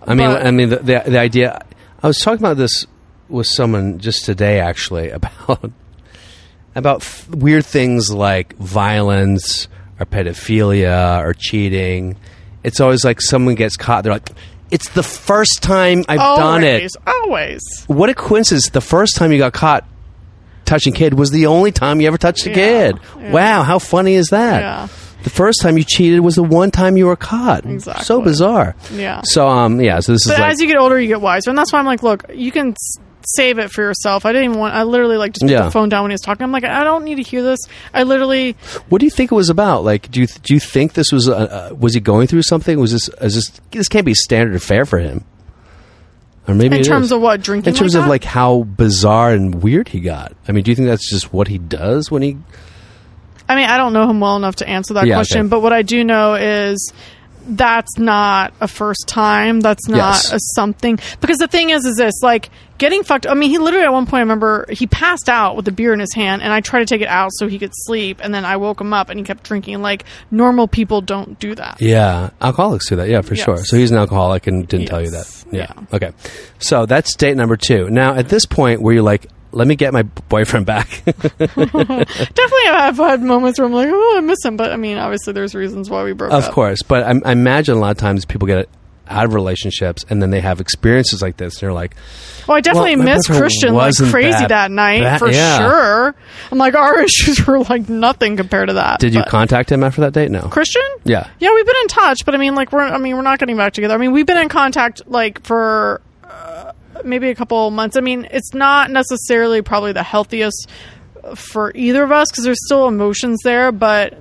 Speaker 3: I mean,
Speaker 4: But-
Speaker 3: I mean, the, the the idea. I was talking about this with someone just today, actually, about about f- weird things like violence or pedophilia or cheating. It's always like someone gets caught. They're like, "It's the first time I've
Speaker 4: Oh,
Speaker 3: done it."
Speaker 4: Always, always.
Speaker 3: What a coincidence! The first time you got caught touching kid was the only time you ever touched a kid.
Speaker 4: yeah.
Speaker 3: Wow, how funny is that?
Speaker 4: Yeah.
Speaker 3: The first time you cheated was the one time you were caught. So
Speaker 4: Exactly.
Speaker 3: bizarre.
Speaker 4: Yeah.
Speaker 3: So um yeah, so this is
Speaker 4: But
Speaker 3: like
Speaker 4: as you get older, you get wiser, and that's why I'm like, look, you can s- save it for yourself. I didn't even want. I literally like just put
Speaker 3: Yeah.
Speaker 4: the phone down when he was talking. I'm like, I don't need to hear this. I literally,
Speaker 3: What do you think it was about? Like, do you do you think this was uh, uh, was he going through something? Was this is this this can't be standard fare for him? Or maybe
Speaker 4: in
Speaker 3: it
Speaker 4: terms
Speaker 3: is.
Speaker 4: of what drinking,
Speaker 3: in terms of
Speaker 4: that?
Speaker 3: like how bizarre and weird he got. I mean, do you think that's just what he does when he?
Speaker 4: I mean, I don't know him well enough to answer that
Speaker 3: Yeah,
Speaker 4: question,
Speaker 3: okay.
Speaker 4: but what I do know is that's not a first time. That's not
Speaker 3: Yes.
Speaker 4: a something. Because the thing is, is this like getting fucked? I mean, he literally at one point, I remember he passed out with a beer in his hand, and I tried to take it out so he could sleep, and then I woke him up, and he kept drinking. Like normal people don't do that.
Speaker 3: Yeah, alcoholics do that. Yeah, for
Speaker 4: Yes.
Speaker 3: sure. So he's an alcoholic and didn't tell you that.
Speaker 4: Yes.
Speaker 3: Yeah. Okay. So that's date number two. Now at this point, where you're like, let me get my boyfriend back.
Speaker 4: Definitely, I've had moments where I'm like, oh, I miss him. But I mean, obviously, there's reasons why we broke up.
Speaker 3: Of course, but I, I imagine a lot of times people get out of relationships and then they have experiences like this. And they're like,
Speaker 4: Well, I definitely
Speaker 3: Well, my
Speaker 4: miss
Speaker 3: boyfriend
Speaker 4: Christian like
Speaker 3: wasn't
Speaker 4: crazy
Speaker 3: that
Speaker 4: that, night
Speaker 3: bad-
Speaker 4: for
Speaker 3: yeah.
Speaker 4: sure. I'm like, our issues were like nothing compared to that.
Speaker 3: "Did you
Speaker 4: But-
Speaker 3: contact him after that date?" No.
Speaker 4: Christian?
Speaker 3: Yeah.
Speaker 4: yeah, we've been in touch, but I mean, like, we're I mean, we're not getting back together. I mean, we've been in contact like for uh, maybe a couple months. I mean, it's not necessarily probably the healthiest for either of us because there's still emotions there, but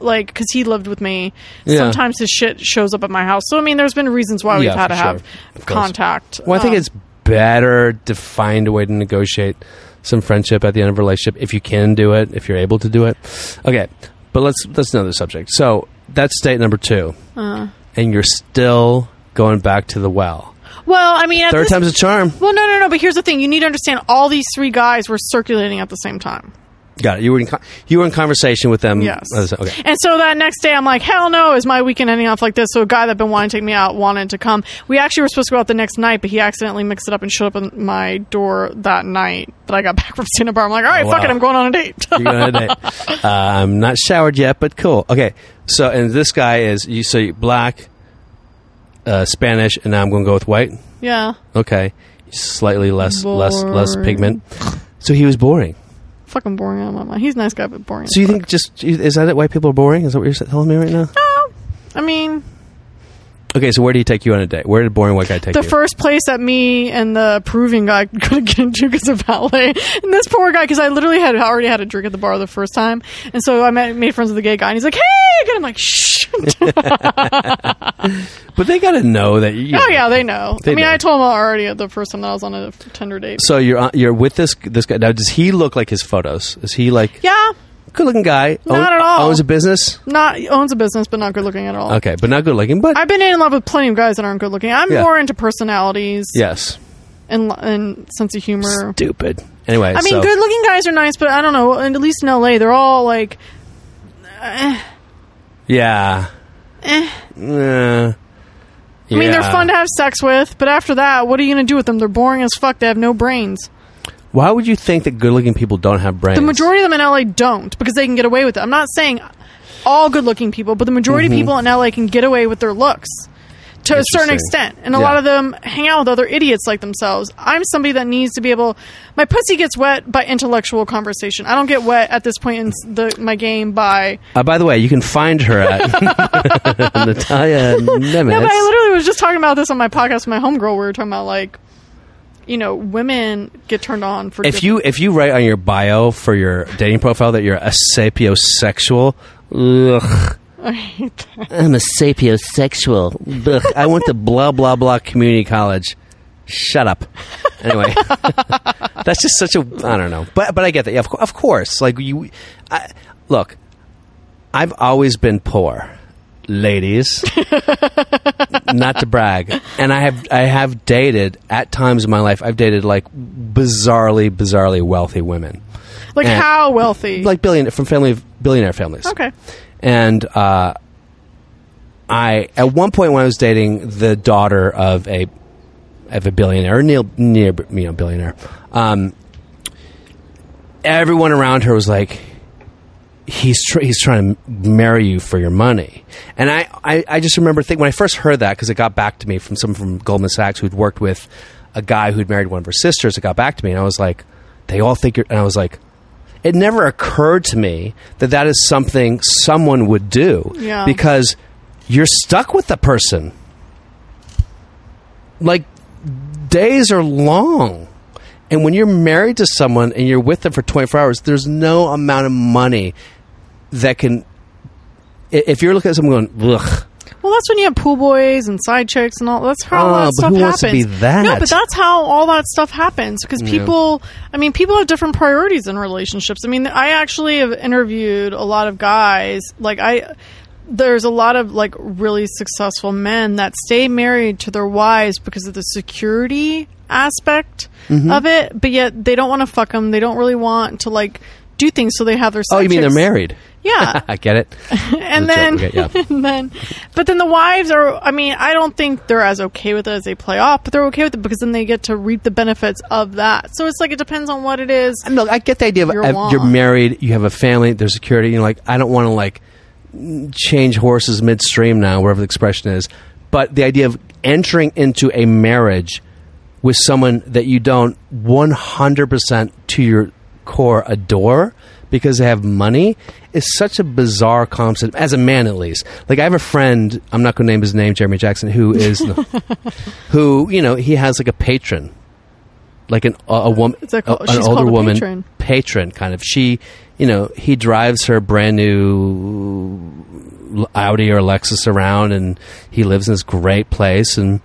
Speaker 4: like, because he lived with me,
Speaker 3: Yeah.
Speaker 4: sometimes his shit shows up at my house. So I mean, there's been reasons why we've
Speaker 3: Yeah,
Speaker 4: had
Speaker 3: for
Speaker 4: to
Speaker 3: sure.
Speaker 4: have
Speaker 3: Of course.
Speaker 4: contact.
Speaker 3: Well, I think
Speaker 4: Um,
Speaker 3: it's better to find a way to negotiate some friendship at the end of a relationship if you can do it, if you're able to do it. Okay, but let's that's another subject. So that's date number two,
Speaker 4: Uh.
Speaker 3: and you're still going back to the well.
Speaker 4: well, I mean, at
Speaker 3: Third
Speaker 4: this-
Speaker 3: time's a charm.
Speaker 4: Well, no, no, no. But here's the thing: you need to understand all these three guys were circulating at the same time.
Speaker 3: Got it. You were in con- you were in conversation with them.
Speaker 4: Yes.
Speaker 3: Okay.
Speaker 4: And so that next day, I'm like, hell no, is my weekend ending off like this? So a guy that been wanting to take me out wanted to come. We actually were supposed to go out the next night, but he accidentally mixed it up and showed up at my door that night that I got back from Santa Bar. I'm like, all right,
Speaker 3: Oh,
Speaker 4: fuck
Speaker 3: wow.
Speaker 4: it, I'm going on a date.
Speaker 3: You're going on a date. Uh, I'm not showered yet, but cool. Okay. So, and this guy is you. So you're black, uh, Spanish, and now I'm going to go with white.
Speaker 4: yeah,
Speaker 3: Okay, slightly less, less, less
Speaker 4: Boring.
Speaker 3: pigment. So he was boring.
Speaker 4: fucking boring. I'm like, He's a nice guy, but boring.
Speaker 3: So you think just is that it? White people are boring? Is that what you're telling me right now?
Speaker 4: I mean,
Speaker 3: Okay, so where did he take you on a date? Where did boring white guy take
Speaker 4: the
Speaker 3: you?
Speaker 4: first place that me and the Peruvian guy could get into because of ballet. And this poor guy, because I literally had already had a drink at the bar the first time, and so I met, made friends with the gay guy, and he's like, "Hey," again. I'm like, "Shh."
Speaker 3: but they got to know that. You,
Speaker 4: oh yeah, they know.
Speaker 3: They
Speaker 4: I mean,
Speaker 3: know.
Speaker 4: I told him already the first time that I was on a Tinder date.
Speaker 3: So you're on- you're with this this guy now. Does he look like his photos? Is he like
Speaker 4: yeah,
Speaker 3: good looking guy? Oh,
Speaker 4: Not at all.
Speaker 3: Owns a business.
Speaker 4: not owns a business, but not good looking at all.
Speaker 3: Okay, but not good looking. But
Speaker 4: I've been in love with plenty of guys that aren't good looking. I'm
Speaker 3: Yeah.
Speaker 4: more into personalities
Speaker 3: yes,
Speaker 4: and, and sense of humor.
Speaker 3: stupid. Anyway,
Speaker 4: I mean,
Speaker 3: so-
Speaker 4: good looking guys are nice, but I don't know. And at least in LA, they're all like,
Speaker 3: Yeah. Eh.
Speaker 4: I mean, they're fun to have sex with, but after that, what are you going to do with them? They're boring as fuck. They have no brains.
Speaker 3: Why would you think that good-looking people don't have brains?
Speaker 4: The majority of them in LA don't because they can get away with it. I'm not saying all good looking people, but the majority of people in LA can get away with their looks to a certain
Speaker 3: Mm-hmm. Interesting.
Speaker 4: extent. And a
Speaker 3: Yeah.
Speaker 4: lot of them hang out with other idiots like themselves. I'm somebody that needs to be able. My pussy gets wet by intellectual conversation. I don't get wet at this point in s- the, my game by.
Speaker 3: Uh, by the way, you can find her at Natalia Nemes.
Speaker 4: No, but I literally was just talking about this on my podcast with my homegirl. We were talking about like, you know, women get turned on for
Speaker 3: if you if you write on your bio for your dating profile that you're a sapiosexual, ugh,
Speaker 4: different-
Speaker 3: I'm a sapiosexual. Ugh, I went to blah blah blah community college. Shut up. Anyway, that's just such a I don't know, but but I get that. Yeah, of, cou- of course. Like you, I, look, I've always been poor, ladies. Not to brag, and I have I have dated at times in my life. I've dated like bizarrely, bizarrely wealthy women,
Speaker 4: like
Speaker 3: Yeah.
Speaker 4: how wealthy?
Speaker 3: like billion from family billionaire families.
Speaker 4: okay,
Speaker 3: and uh, I at one point when I was dating the daughter of a of a billionaire, or near, near you know billionaire, um, everyone around her was like, "He's tr- he's trying to marry you for your money." And I I, I just remember thinking when I first heard that because it got back to me from someone from Goldman Sachs who'd worked with a guy who'd married one of her sisters. It got back to me, and I was like, "They all think you're," and I was like. It never occurred to me that that is something someone would do
Speaker 4: Yeah.
Speaker 3: because you're stuck with the person. Like days are long. And when you're married to someone and you're with them for 24 hours, there's no amount of money that can. i- If you're looking at someone going, ugh,
Speaker 4: well that's when you have pool boys and side chicks and all. That's how
Speaker 3: Oh,
Speaker 4: all that
Speaker 3: but
Speaker 4: stuff
Speaker 3: who wants
Speaker 4: happens.
Speaker 3: to be that?
Speaker 4: No, but that's how all that stuff happens because people. I mean, people have different priorities in relationships. I mean, I actually have interviewed a lot of guys. Like I. There's a lot of like really successful men that stay married to their wives because of the security aspect
Speaker 3: Mm-hmm.
Speaker 4: of it, but yet they don't want to fuck them. They don't really want to like do things, so they have their.
Speaker 3: oh,
Speaker 4: side
Speaker 3: you mean they're
Speaker 4: chicks.
Speaker 3: married?
Speaker 4: Yeah,
Speaker 3: I get it.
Speaker 4: and
Speaker 3: That's
Speaker 4: then,
Speaker 3: it. Okay, yeah.
Speaker 4: and then, but then the wives are. I mean, I don't think they're as okay with it as they play off, but they're okay with it because then they get to reap the benefits of that. So it's like it depends on what it is.
Speaker 3: And Look, I get the idea of
Speaker 4: You're
Speaker 3: you're,
Speaker 4: wrong.
Speaker 3: you're married, you have a family, there's security. You're like, I don't want to like change horses midstream now, wherever the expression is. But the idea of entering into a marriage with someone that you don't 100% to your core adore because they have money is such a bizarre concept, as a man at least. Like, I have a friend, I'm not going to name his name, Jeremy Jackson, who is, who, you know, he has like a patron. Like an, a, a woman,
Speaker 4: Is that called-
Speaker 3: an
Speaker 4: she's
Speaker 3: older
Speaker 4: called a
Speaker 3: woman,
Speaker 4: patron.
Speaker 3: patron kind of she you know he drives her brand new audi or lexus around and he lives in this great place and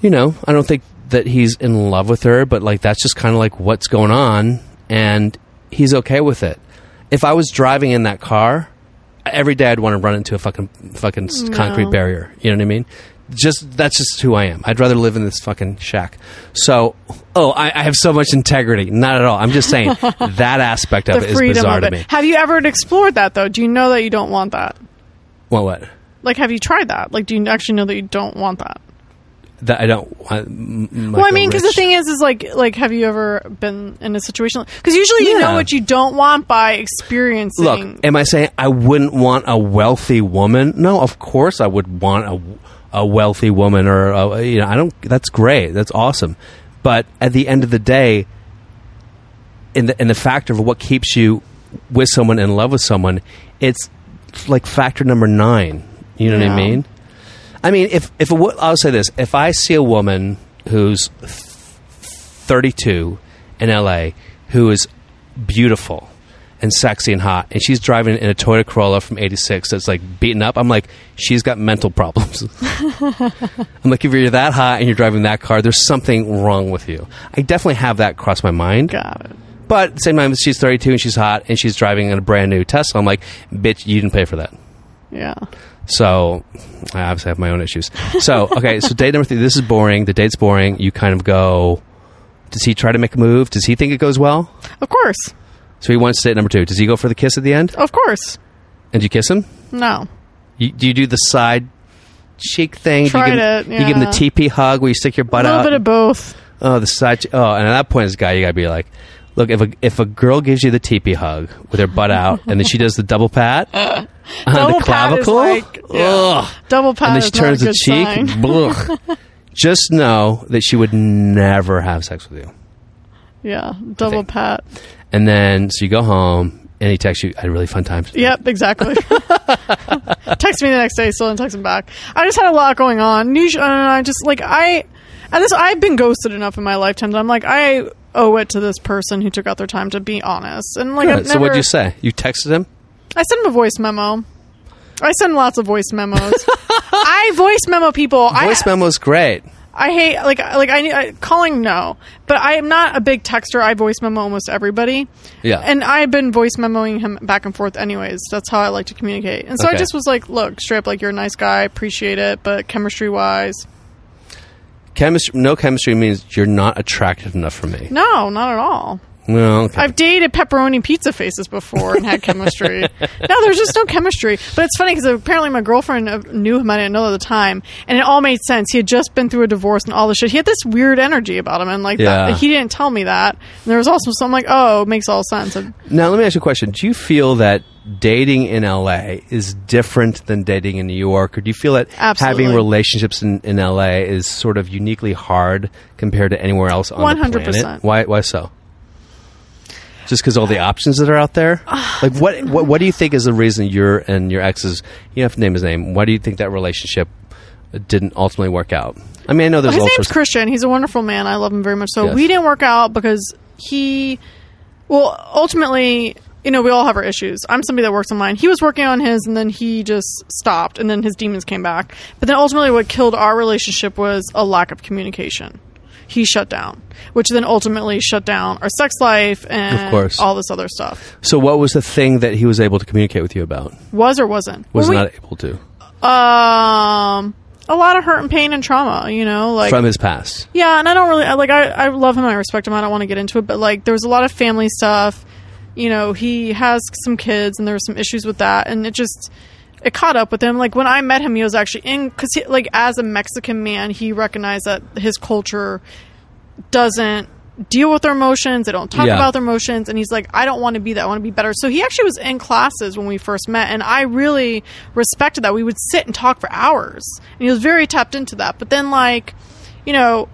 Speaker 3: you know i don't think that he's in love with her but like that's just kind of like what's going on and he's okay with it if i was driving in that car every day i'd want to run into a fucking fucking s concrete
Speaker 4: No.
Speaker 3: barrier you know what i mean just that's just who i am i'd rather live in this fucking shack so oh i, I have so much integrity not at all i'm just saying that aspect of
Speaker 4: The
Speaker 3: it is
Speaker 4: freedom
Speaker 3: bizarre
Speaker 4: of
Speaker 3: to
Speaker 4: it.
Speaker 3: me
Speaker 4: Have you ever explored that though? Do you know that you don't want that?
Speaker 3: well what
Speaker 4: Like, have you tried that? Like, do you actually know that you don't want that?
Speaker 3: that i don't want m- m-
Speaker 4: well, I
Speaker 3: like a
Speaker 4: mean, because the
Speaker 3: rich-
Speaker 4: thing is, is like, like, have you ever been in a situation? Because usually you
Speaker 3: Yeah.
Speaker 4: know what you don't want by experiencing.
Speaker 3: Look, am I saying I wouldn't want a wealthy woman? No, of course I would want a, a wealthy woman or a, you know I don't. That's great. That's awesome. But at the end of the day, in the in the factor of what keeps you with someone in love with someone, it's like factor number nine. You know what I
Speaker 4: Yeah.
Speaker 3: mean? I mean, if if a wo- I'll say this, if I see a woman who's th- 32 in LA who is beautiful and sexy and hot, and she's driving in a Toyota Corolla from '86 that's like beaten up, I'm like, she's got mental problems. I'm like, if you're that hot and you're driving that car, there's something wrong with you. I definitely have that cross my mind.
Speaker 4: Got it.
Speaker 3: But at the same time, she's 32 and she's hot and she's driving in a brand new Tesla. I'm like, bitch, you didn't pay for that.
Speaker 4: Yeah.
Speaker 3: So I obviously have my own issues. So okay, so date number three. This is boring. The date's boring. You kind of go. Does he try to make a move? Does he think it goes well?
Speaker 4: Of course.
Speaker 3: So he wants date number two. Does he go for the kiss at the end?
Speaker 4: Of course.
Speaker 3: And you kiss him?
Speaker 4: No.
Speaker 3: You, do you do the side cheek thing? Do
Speaker 4: Tried
Speaker 3: you give him,
Speaker 4: it,
Speaker 3: You give him the
Speaker 4: yeah.
Speaker 3: teepee hug where you stick your butt
Speaker 4: a little
Speaker 3: out.
Speaker 4: bit of both.
Speaker 3: oh, the side. che- Oh, and at that point, as a guy, you gotta be like, look, if a if a girl gives you the teepee hug with her butt out, and then she does the double pat on
Speaker 4: Double
Speaker 3: the
Speaker 4: pat is
Speaker 3: clavicle,
Speaker 4: like- yeah.
Speaker 3: ugh.
Speaker 4: Double pat.
Speaker 3: and then
Speaker 4: is
Speaker 3: she
Speaker 4: not a
Speaker 3: turns the
Speaker 4: good
Speaker 3: cheek.
Speaker 4: sign.
Speaker 3: blech. Just know that she would never have sex with you.
Speaker 4: Yeah. Double
Speaker 3: think.
Speaker 4: pat.
Speaker 3: And then, so you go home, and he texts you, "I had a really fun time." today."
Speaker 4: Yep, exactly. text me the next day, still didn't text him back. I just had a lot going on. Usually, I just like I, at this, I've been ghosted enough in my lifetime that I'm like I owe it to this person who took out their time to be honest. And like,
Speaker 3: Good.
Speaker 4: I've
Speaker 3: So
Speaker 4: never,
Speaker 3: what'd you say? You texted him.
Speaker 4: I send him a voice memo. I send lots of voice memos. I voice memo people.
Speaker 3: Voice
Speaker 4: I,
Speaker 3: memo's great.
Speaker 4: I hate like like I, I calling no, but I am not a big texter. I voice memo almost everybody.
Speaker 3: Yeah.
Speaker 4: And I've been voice memoing him back and forth anyways. That's how I like to communicate. And so
Speaker 3: Okay.
Speaker 4: I just was like, look, straight up, like you're a nice guy, appreciate it, but chemistry wise,
Speaker 3: chemistry, no chemistry means you're not attractive enough for me.
Speaker 4: no, not at all.
Speaker 3: No, okay.
Speaker 4: I've dated pepperoni pizza faces before and had chemistry. no, there's just no chemistry. But it's funny because apparently my girlfriend uh, knew him. I didn't know at the time, and it all made sense. He had just been through a divorce and all this shit. He had this weird energy about him, and like
Speaker 3: Yeah.
Speaker 4: that, he didn't tell me that. And there was also something like, oh, it makes all sense. And
Speaker 3: now let me ask you a question. Do you feel that dating in LA is different than dating in New York, or do you feel that
Speaker 4: Absolutely.
Speaker 3: having relationships in, in LA is sort of uniquely hard compared to anywhere else on the planet?
Speaker 4: 100%.
Speaker 3: Why? Why so? Just because all the options that are out there,
Speaker 4: Ah,
Speaker 3: like what, what, what do you think is the reason your and your ex's, you don't have to name his name. Why do you think that relationship didn't ultimately work out? I mean, I know there's
Speaker 4: his
Speaker 3: all
Speaker 4: name's
Speaker 3: sorts.
Speaker 4: Christian. He's a wonderful man. I love him very much. So
Speaker 3: Yes.
Speaker 4: we didn't work out because he, well, ultimately, you know, we all have our issues. I'm somebody that works on mine. He was working on his, and then he just stopped, and then his demons came back. But then ultimately, what killed our relationship was a lack of communication. He shut down, which then ultimately shut down our sex life and
Speaker 3: Of course.
Speaker 4: all this other stuff.
Speaker 3: so, what was the thing that he was able to communicate with you about?
Speaker 4: Was or wasn't?
Speaker 3: Was
Speaker 4: When we-
Speaker 3: not able to
Speaker 4: um a lot of hurt and pain and trauma. You know, like
Speaker 3: from his past.
Speaker 4: Yeah, and I don't really I, like. I, I love him. I respect him. I don't want to get into it, but like, there was a lot of family stuff. You know, he has some kids, and there was some issues with that, and it just it caught up with him. Like when I met him, he was actually in because like as a Mexican man, he recognized that his culture doesn't deal with their emotions. They don't talk
Speaker 3: Yeah.
Speaker 4: about their emotions. And he's like, I don't want to be that. I want to be better. So he actually was in classes when we first met. And I really respected that. We would sit and talk for hours. And he was very tapped into that. But then, like, you know,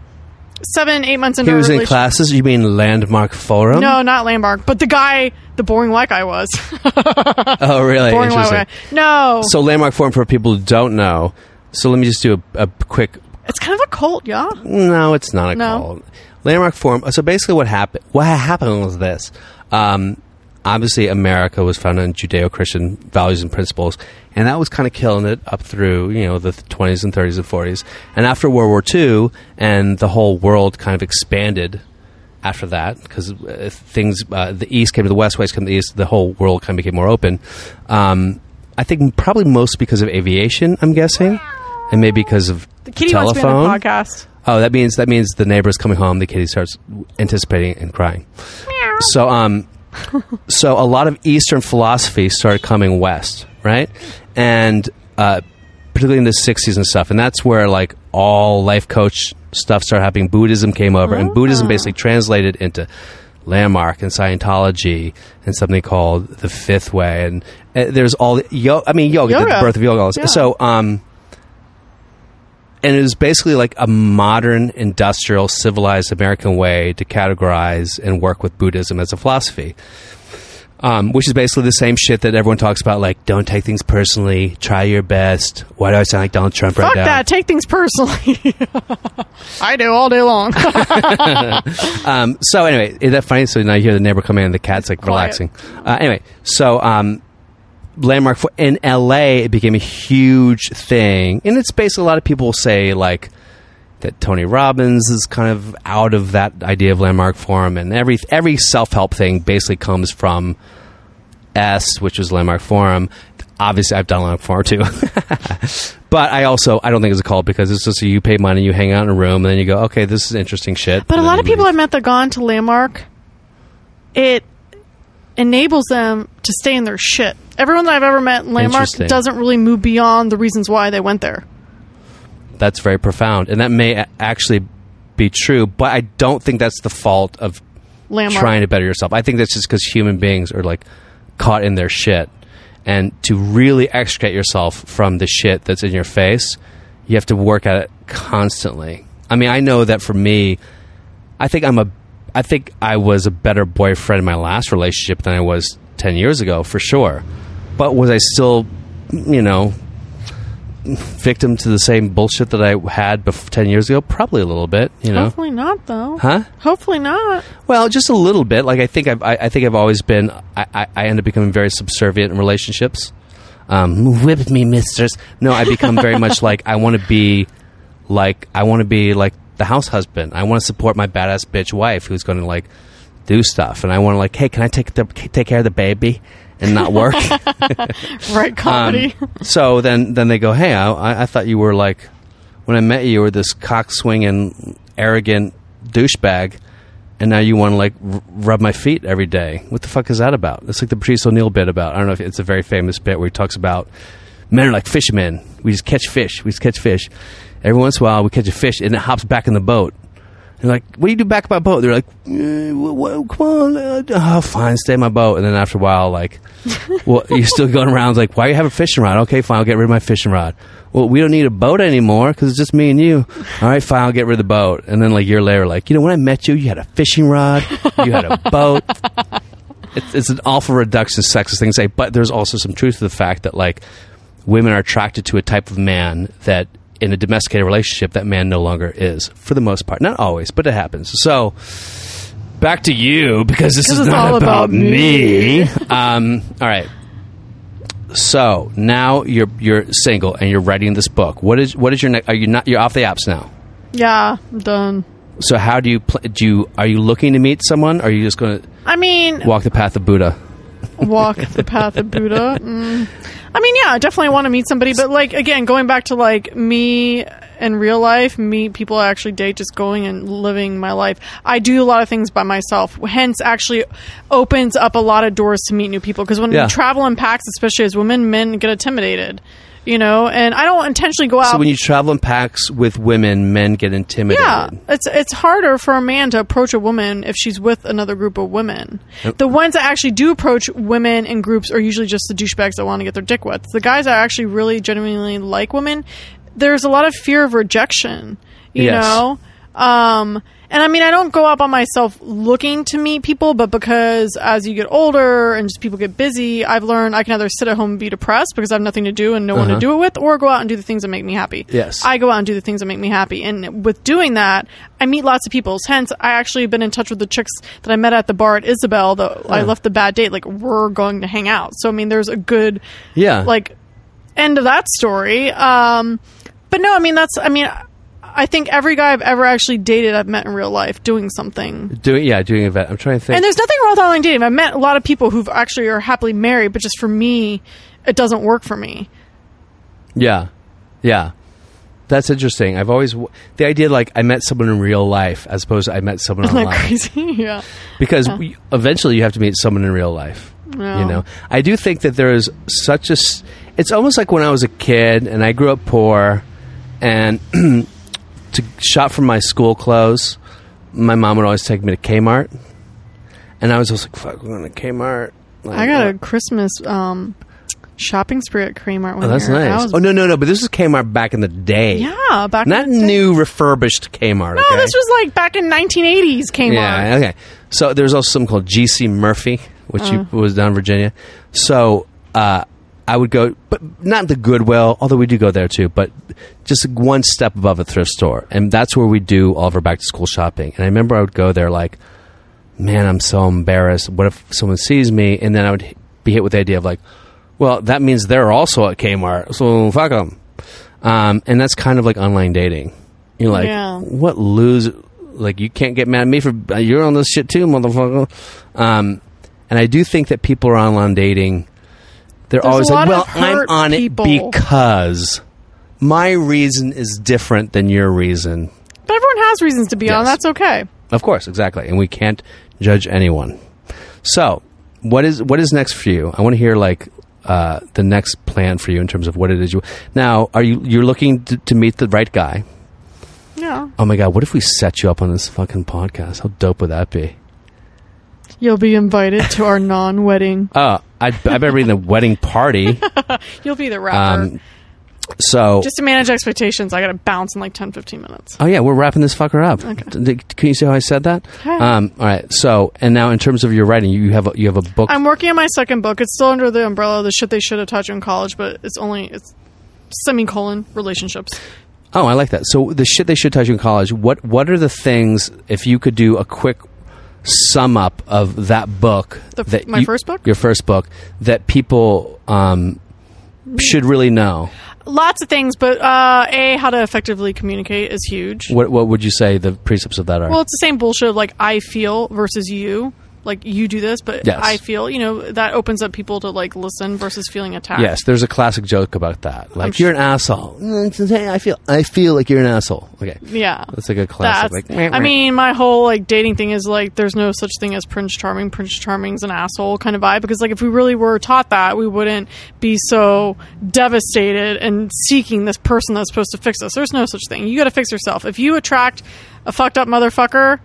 Speaker 4: seven, eight months into
Speaker 3: He
Speaker 4: our
Speaker 3: was in
Speaker 4: relationship-
Speaker 3: classes. You mean Landmark Forum?
Speaker 4: No, not Landmark. But the guy, the boring white guy was.
Speaker 3: Oh, really?
Speaker 4: boring white
Speaker 3: Interesting.
Speaker 4: guy. No.
Speaker 3: So Landmark Forum for people who don't know. So let me just do a, a quick.
Speaker 4: it's kind of a cult, yeah?
Speaker 3: No, it's not a
Speaker 4: No.
Speaker 3: call. Landmark Forum. So basically, what happened? What happened was this. Um, obviously, America was founded on Judeo-Christian values and principles, and that was kind of killing it up through you know the twenties and thirties and forties. And after World War II, and the whole world kind of expanded after that because uh, things uh, the east came to the west west came to the east the whole world kind of became more open um, i think probably most because of aviation i'm guessing and maybe because of
Speaker 4: The kitty
Speaker 3: telephone
Speaker 4: wants to be on the podcast.
Speaker 3: oh that means that means the neighbor's coming home the kitty starts anticipating and crying so um so a lot of eastern philosophy started coming west right and uh particularly in the 60s and stuff and that's where like all life coach stuff started happening buddhism came over and buddhism basically translated into landmark and scientology and something called the fifth way and uh, there's all the, yo- i mean yoga, the
Speaker 4: Yoga.
Speaker 3: birth of yoga all this.
Speaker 4: Yeah.
Speaker 3: so um and it was basically like a modern industrial civilized american way to categorize and work with buddhism as a philosophy um, which is basically the same shit that everyone talks about. Like, don't take things personally. Try your best. Why do I sound like Donald Trump right
Speaker 4: Fuck
Speaker 3: now?
Speaker 4: that. Take things personally. I do all day long.
Speaker 3: Um, so anyway, is that funny? So now you hear the neighbor come in, and the cat's like
Speaker 4: quiet.
Speaker 3: relaxing. Uh, anyway, so um, landmark for in LA, it became a huge thing, and it's basically a lot of people say like that Tony Robbins is kind of out of that idea of landmark forum, and every every self help thing basically comes from S, which was landmark forum. Obviously, I've done landmark forum too. But I also I don't think it's a call because it's just you pay money, you hang out in a room, and then you go, okay, this is interesting shit.
Speaker 4: But a
Speaker 3: And
Speaker 4: lot
Speaker 3: then
Speaker 4: of
Speaker 3: you
Speaker 4: people
Speaker 3: leave.
Speaker 4: I've met that gone to Landmark, it enables them to stay in their shit. Everyone that I've ever met in Landmark
Speaker 3: Interesting.
Speaker 4: doesn't really move beyond the reasons why they went there.
Speaker 3: That's very profound, and that may a- actually be true. But I don't think that's the fault of
Speaker 4: Landmark.
Speaker 3: trying to better yourself. I think that's just because human beings are like caught in their shit, and to really extricate yourself from the shit that's in your face, you have to work at it constantly. I mean, I know that for me, I think I'm a I think I was a better boyfriend in my last relationship than I was 10 years ago for sure. But was I still, you know, victim to the same bullshit that I had bef- 10 years ago? Probably a little bit, you know.
Speaker 4: Hopefully not, though.
Speaker 3: Huh?
Speaker 4: Hopefully not.
Speaker 3: Well, just a little bit. Like I think I've, I, I think I've always been. I, I, I end up becoming very subservient in relationships. Um, whip me, mistress. No, I become very much like I want to be, like I want to be like the house husband. I want to support my badass bitch wife who's going to like do stuff, and I want to like, hey, can I take the, take care of the baby and not work? Um,
Speaker 4: Right comedy.
Speaker 3: so then then they go, hey, I- I, I thought you were like when I met you, you were this cockswinging, arrogant douchebag, and now you want to like r- rub my feet every day. What the fuck is that about? It's like the Patrice O'Neill bit about. I don't know if it's a very famous bit where he talks about men are like fishermen. We just catch fish. We just catch fish. Every once in a while, we catch a fish and it hops back in the boat. They're like, "What do you do back my boat?" They're like, eh, well, "Come on, uh, oh, fine, stay in my boat." And then after a while, like, "Well, you're still going around like, why you have a fishing rod?" Okay, fine, I'll get rid of my fishing rod. Well, we don't need a boat anymore because it's just me and you. All right, fine, I'll get rid of the boat. And then like a year later, like, you know, when I met you, you had a fishing rod, you had a boat. It's, it's an awful reduction sexist thing to say, but there's also some truth to the fact that like women are attracted to a type of man that in a domesticated relationship that man no longer is for the most part not always but it happens so back to you because this is
Speaker 4: it's
Speaker 3: not
Speaker 4: all
Speaker 3: about,
Speaker 4: about
Speaker 3: me, um, all right so now you're you're single and you're writing this book what is what is your next are you not you're off the apps now
Speaker 4: yeah, I'm done.
Speaker 3: so how do you pl- do you are you looking to meet someone or are you just going to
Speaker 4: I mean,
Speaker 3: walk the path of buddha
Speaker 4: walk the path of Buddha. Mm. I mean, yeah, I definitely want to meet somebody, but like again, going back to like me in real life, me people I actually date, just going and living my life. I do a lot of things by myself, hence actually opens up a lot of doors to meet new people. Because when
Speaker 3: Yeah.
Speaker 4: you travel in packs, especially as women, men get intimidated, you know. And I don't intentionally go out.
Speaker 3: So when you travel in packs with women, men get intimidated.
Speaker 4: Yeah, it's it's harder for a man to approach a woman if she's with another group of women. The ones that actually do approach women in groups are usually just the douchebags that want to get their dick wet. The guys that actually really genuinely like women, there's a lot of fear of rejection. You
Speaker 3: Yes.
Speaker 4: know, um, and I mean, I don't go out by myself looking to meet people, but because as you get older and just people get busy, I've learned I can either sit at home and be depressed because I have nothing to do and no one to do it with, or go out and do the things that make me happy.
Speaker 3: Yes.
Speaker 4: I go out and do the things that make me happy. And with doing that, I meet lots of people. Hence, I actually have been in touch with the chicks that I met at the bar at Isabel, though I left the bad date. Like, we're going to hang out. So, I mean, there's a good
Speaker 3: Yeah.
Speaker 4: like end of that story. Um, but no, I mean that's I mean I think every guy I've ever actually dated I've met in real life doing something.
Speaker 3: doing yeah, doing an event. I'm trying to think.
Speaker 4: And there's nothing wrong with online dating. I've met a lot of people who've actually are happily married, but just for me, it doesn't work for me.
Speaker 3: yeah, yeah. That's interesting. I've always w- the idea like I met someone in real life as opposed to I met someone
Speaker 4: Isn't
Speaker 3: online
Speaker 4: that crazy? yeah.
Speaker 3: because we, eventually you have to meet someone in real life.
Speaker 4: No.
Speaker 3: You know, I do think that there is such a. s- It's almost like when I was a kid and I grew up poor, and to shop for my school clothes, my mom would always take me to Kmart, and I was just like, "Fuck, we're going to Kmart." Like,
Speaker 4: I got
Speaker 3: uh,
Speaker 4: a Christmas um, shopping spree at Kmart one
Speaker 3: Oh, that's
Speaker 4: year.
Speaker 3: nice.
Speaker 4: I was-
Speaker 3: oh no, no, no! But this is Kmart back in the day.
Speaker 4: yeah, back
Speaker 3: not
Speaker 4: in the day.
Speaker 3: new refurbished Kmart.
Speaker 4: No,
Speaker 3: okay?
Speaker 4: this was like back in 1980s Kmart.
Speaker 3: Yeah, okay. So there's also something called GC Murphy, which you, was down in Virginia. So uh, I would go, but not the Goodwill, although we do go there too, but just one step above a thrift store, and that's where we do all of our back to school shopping. And I remember I would go there like, man, I'm so embarrassed. What if someone sees me? And then I would h- be hit with the idea of like, well, that means they're also at Kmart, so fuck them. Um, and that's kind of like online dating. You're like,
Speaker 4: Yeah.
Speaker 3: what lose? Like, you can't get mad at me for uh, you're on this shit too, motherfucker. Um, and I do think that people are online dating. They're
Speaker 4: There's
Speaker 3: always
Speaker 4: a
Speaker 3: like,
Speaker 4: lot
Speaker 3: well,
Speaker 4: of
Speaker 3: I'm
Speaker 4: hurt
Speaker 3: on
Speaker 4: people."
Speaker 3: it because my reason is different than your reason.
Speaker 4: But everyone has reasons to be on.
Speaker 3: Yes.
Speaker 4: That's okay.
Speaker 3: Of course, exactly, and we can't judge anyone. So, what is what is next for you? I want to hear like uh, the next plan for you in terms of what it is you. Now, are you you're looking to, to meet the right guy?
Speaker 4: Yeah.
Speaker 3: Oh my god, what if we set you up on this fucking podcast? How dope would that be?
Speaker 4: You'll be invited to our non-wedding.
Speaker 3: Oh, I, I better be in the wedding party.
Speaker 4: You'll be the rapper.
Speaker 3: Um, So,
Speaker 4: Just to manage expectations, I got to bounce in like 10, 15 minutes.
Speaker 3: oh yeah, we're wrapping this fucker up. D- Can you see how I said that? Um, all right. So, and now in terms of your writing, you have a, you have a book.
Speaker 4: I'm working on my second book. It's still under the umbrella of the shit they should have taught you in college, but it's only it's semicolon relationships.
Speaker 3: Oh, I like that. So the shit they should touch you in college. What What are the things if you could do a quick sum up of that book?
Speaker 4: The f-
Speaker 3: that
Speaker 4: my
Speaker 3: you-
Speaker 4: first book?
Speaker 3: your first book, that people um, should really know.
Speaker 4: Lots of things, but uh, a how to effectively communicate is huge.
Speaker 3: What What would you say the precepts of that are?
Speaker 4: Well, it's the same bullshit of like I feel versus you. Like you do this, but
Speaker 3: Yes.
Speaker 4: I feel. You know that opens up people to like listen versus feeling attacked.
Speaker 3: yes, there's a classic joke about that. Like
Speaker 4: sure-
Speaker 3: you're an asshole. Hey, I feel I feel like you're an asshole. Okay,
Speaker 4: Yeah.
Speaker 3: that's like a classic.
Speaker 4: That's,
Speaker 3: Like
Speaker 4: I mean, my whole like dating thing is like there's no such thing as Prince Charming. Prince Charming's an asshole kind of vibe because like if we really were taught that, we wouldn't be so devastated and seeking this person that's supposed to fix us. There's no such thing. You got to fix yourself. If you attract a fucked up motherfucker,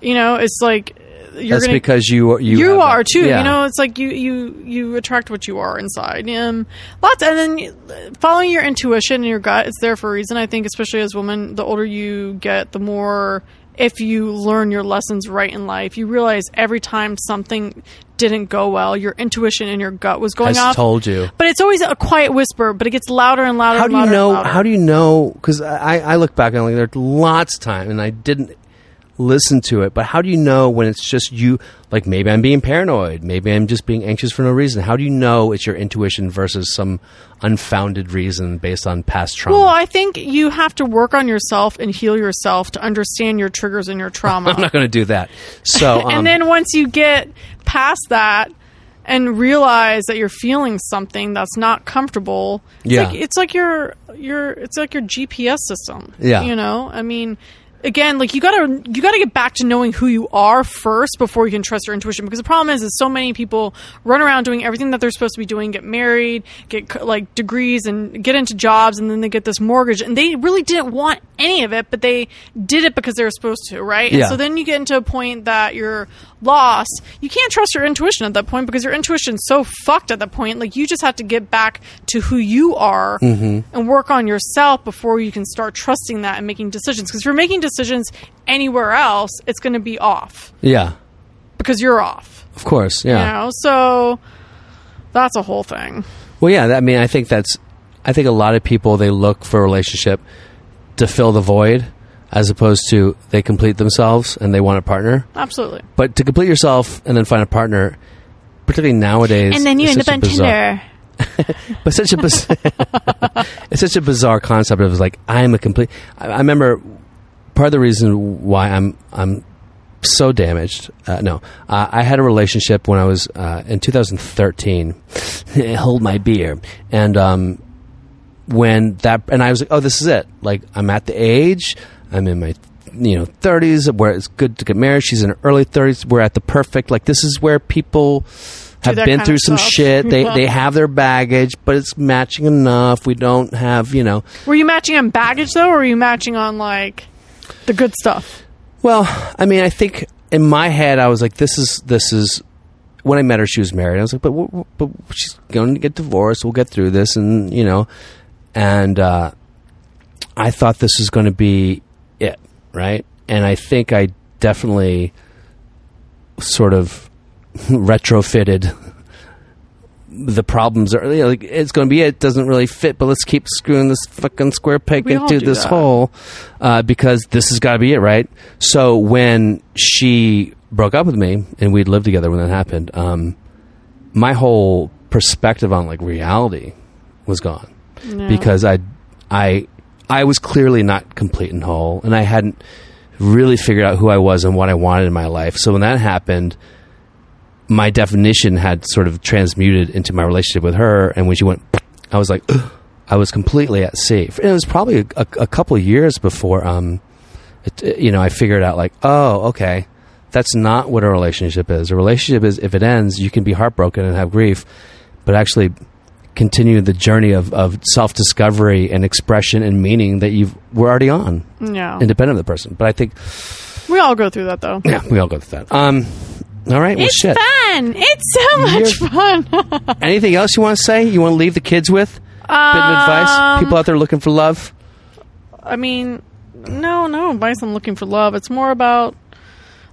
Speaker 4: you know it's like you're
Speaker 3: that's
Speaker 4: gonna
Speaker 3: because you are- you
Speaker 4: you,
Speaker 3: have
Speaker 4: are
Speaker 3: that-
Speaker 4: too.
Speaker 3: yeah.
Speaker 4: You know, it's like you you you attract what you are inside. Um, lots, and then you- following your intuition and your gut. It's there for a reason. I think, especially as women, the older you get, the more if you learn your lessons right in life, you realize every time something didn't go well, your intuition and your gut was going
Speaker 3: Has
Speaker 4: off.
Speaker 3: told you.
Speaker 4: but it's always a quiet whisper. But it gets louder and louder.
Speaker 3: how
Speaker 4: and
Speaker 3: do you
Speaker 4: louder and
Speaker 3: know
Speaker 4: louder.
Speaker 3: how do you know because I, I look back and I'm like there's lots of time and i didn't listen to it but how do you know when it's just you like maybe i'm being paranoid maybe i'm just being anxious for no reason how do you know it's your intuition versus some unfounded reason based on past trauma
Speaker 4: Well, I think you have to work on yourself and heal yourself to understand your triggers and your trauma.
Speaker 3: i'm not going to do that so um,
Speaker 4: and then once you get past that and realize that you're feeling something that's not comfortable it's
Speaker 3: Yeah.
Speaker 4: like it's like your your it's like your gps system
Speaker 3: Yeah.
Speaker 4: you know i mean again like you gotta you gotta get back to knowing who you are first before you can trust your intuition because the problem is is so many people run around doing everything that they're supposed to be doing get married get c- like degrees and get into jobs and then they get this mortgage and they really didn't want any of it but they did it because they were supposed to right
Speaker 3: Yeah.
Speaker 4: and so then you get into a point that you're lost. You can't trust your intuition at that point because your intuition's so fucked at that point. Like you just have to get back to who you are and work on yourself before you can start trusting that and making decisions. Because if you're making decisions anywhere else, it's going to be off
Speaker 3: yeah
Speaker 4: because you're off.
Speaker 3: of course
Speaker 4: You
Speaker 3: yeah
Speaker 4: know, so that's a whole thing.
Speaker 3: Well, yeah. that- I mean, I think that's. I think a lot of people they look for a relationship to fill the void, as opposed to they complete themselves and they want a partner.
Speaker 4: Absolutely.
Speaker 3: But to complete yourself and then find a partner, particularly nowadays, is such a bizarre- But such a biz- it's such a bizarre concept. It was like I'm a complete. I, I remember part of the reason why I'm I'm so damaged. Uh, no, uh, I had a relationship when I was uh, in 2013. Hold my beer, and um, when that and I was like, oh, this is it. Like I'm at the age, I'm in my you know 30s where it's good to get married. She's in her early 30s. We're at the perfect. Like this is where people have
Speaker 4: that
Speaker 3: been
Speaker 4: kind
Speaker 3: through
Speaker 4: of
Speaker 3: some
Speaker 4: stuff.
Speaker 3: shit. They they have their baggage, but it's matching enough. We don't have you know.
Speaker 4: Were you matching on baggage though, or were you matching on like the good stuff?
Speaker 3: Well, I mean, I think in my head, I was like, "This is this is." When I met her, she was married. I was like, "But w- w- but she's going to get divorced. We'll get through this," and you know, and uh, I thought this was going to be it, right? And I think I definitely sort of retrofitted the problems are you know, like it's going to be it doesn't really fit but let's keep screwing this fucking square peg
Speaker 4: We all
Speaker 3: into
Speaker 4: do
Speaker 3: this
Speaker 4: that.
Speaker 3: hole uh, because this has got to be it right so when she broke up with me and we'd lived together when that happened um, my whole perspective on like reality was gone because I I I was clearly not complete and whole and I hadn't really figured out who I was and what I wanted in my life. So when that happened, my definition had sort of transmuted into my relationship with her and when she went I was like I was completely at sea. And it was probably a, a, a couple of years before um it, it- you know, I figured out like, oh, okay, that's not what a relationship is. A relationship is if it ends, you can be heartbroken and have grief, but actually continue the journey of, of self discovery and expression and meaning that you were already on,
Speaker 4: yeah.
Speaker 3: independent of the person. But I think,
Speaker 4: we all go through that though.
Speaker 3: yeah, we all go through that. Um, all right, well,
Speaker 4: It's
Speaker 3: shit.
Speaker 4: fun. It's so much fun.
Speaker 3: Anything else you want to say? You want to leave the kids with? Bit of advice?
Speaker 4: Um,
Speaker 3: People out there looking for love?
Speaker 4: I mean, no, no advice on looking for love. It's more about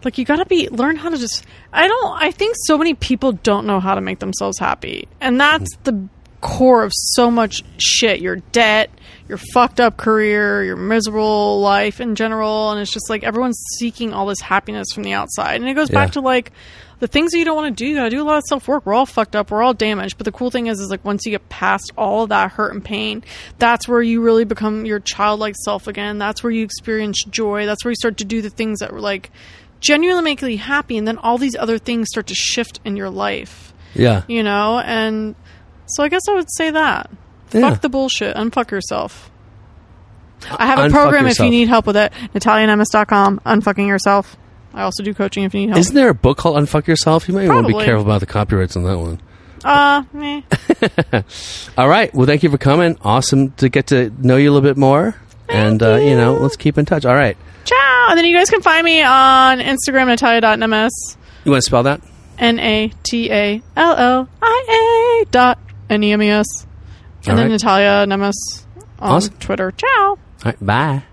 Speaker 4: like you gotta be learn how to just. I don't. I think so many people don't know how to make themselves happy, and that's the core of so much shit. Your debt, your fucked up career, your miserable life in general, and it's just like everyone's seeking all this happiness from the outside, and it goes
Speaker 3: Yeah.
Speaker 4: back to like the things that you don't want to do. You gotta do a lot of self work. We're all fucked up. We're all damaged. But the cool thing is, is like once you get past all of that hurt and pain, that's where you really become your childlike self again. That's where you experience joy. That's where you start to do the things that were like genuinely make you happy. And then all these other things start to shift in your life,
Speaker 3: Yeah.
Speaker 4: you know? And so I guess I would say that.
Speaker 3: Yeah.
Speaker 4: Fuck the bullshit. Unfuck yourself. I have
Speaker 3: Unfuck
Speaker 4: a program if
Speaker 3: yourself.
Speaker 4: you need help with it. NataliaNemes.com. Unfucking yourself. I also do coaching if you need help.
Speaker 3: Isn't there a book called Unfuck Yourself? You might want to be
Speaker 4: Probably.
Speaker 3: careful about the copyrights on that one.
Speaker 4: uh, meh.
Speaker 3: All right. Well, thank you for coming. Awesome to get to know you a little bit more. and, uh, you know, let's keep in touch. All right.
Speaker 4: Ciao. And then you guys can find me on Instagram, natalia.nemes,
Speaker 3: You want to spell that?
Speaker 4: N A T A L O I A dot N E M E S.
Speaker 3: All
Speaker 4: And then
Speaker 3: right.
Speaker 4: Natalia Nemes on
Speaker 3: Awesome.
Speaker 4: Twitter. Ciao.
Speaker 3: All right. Bye.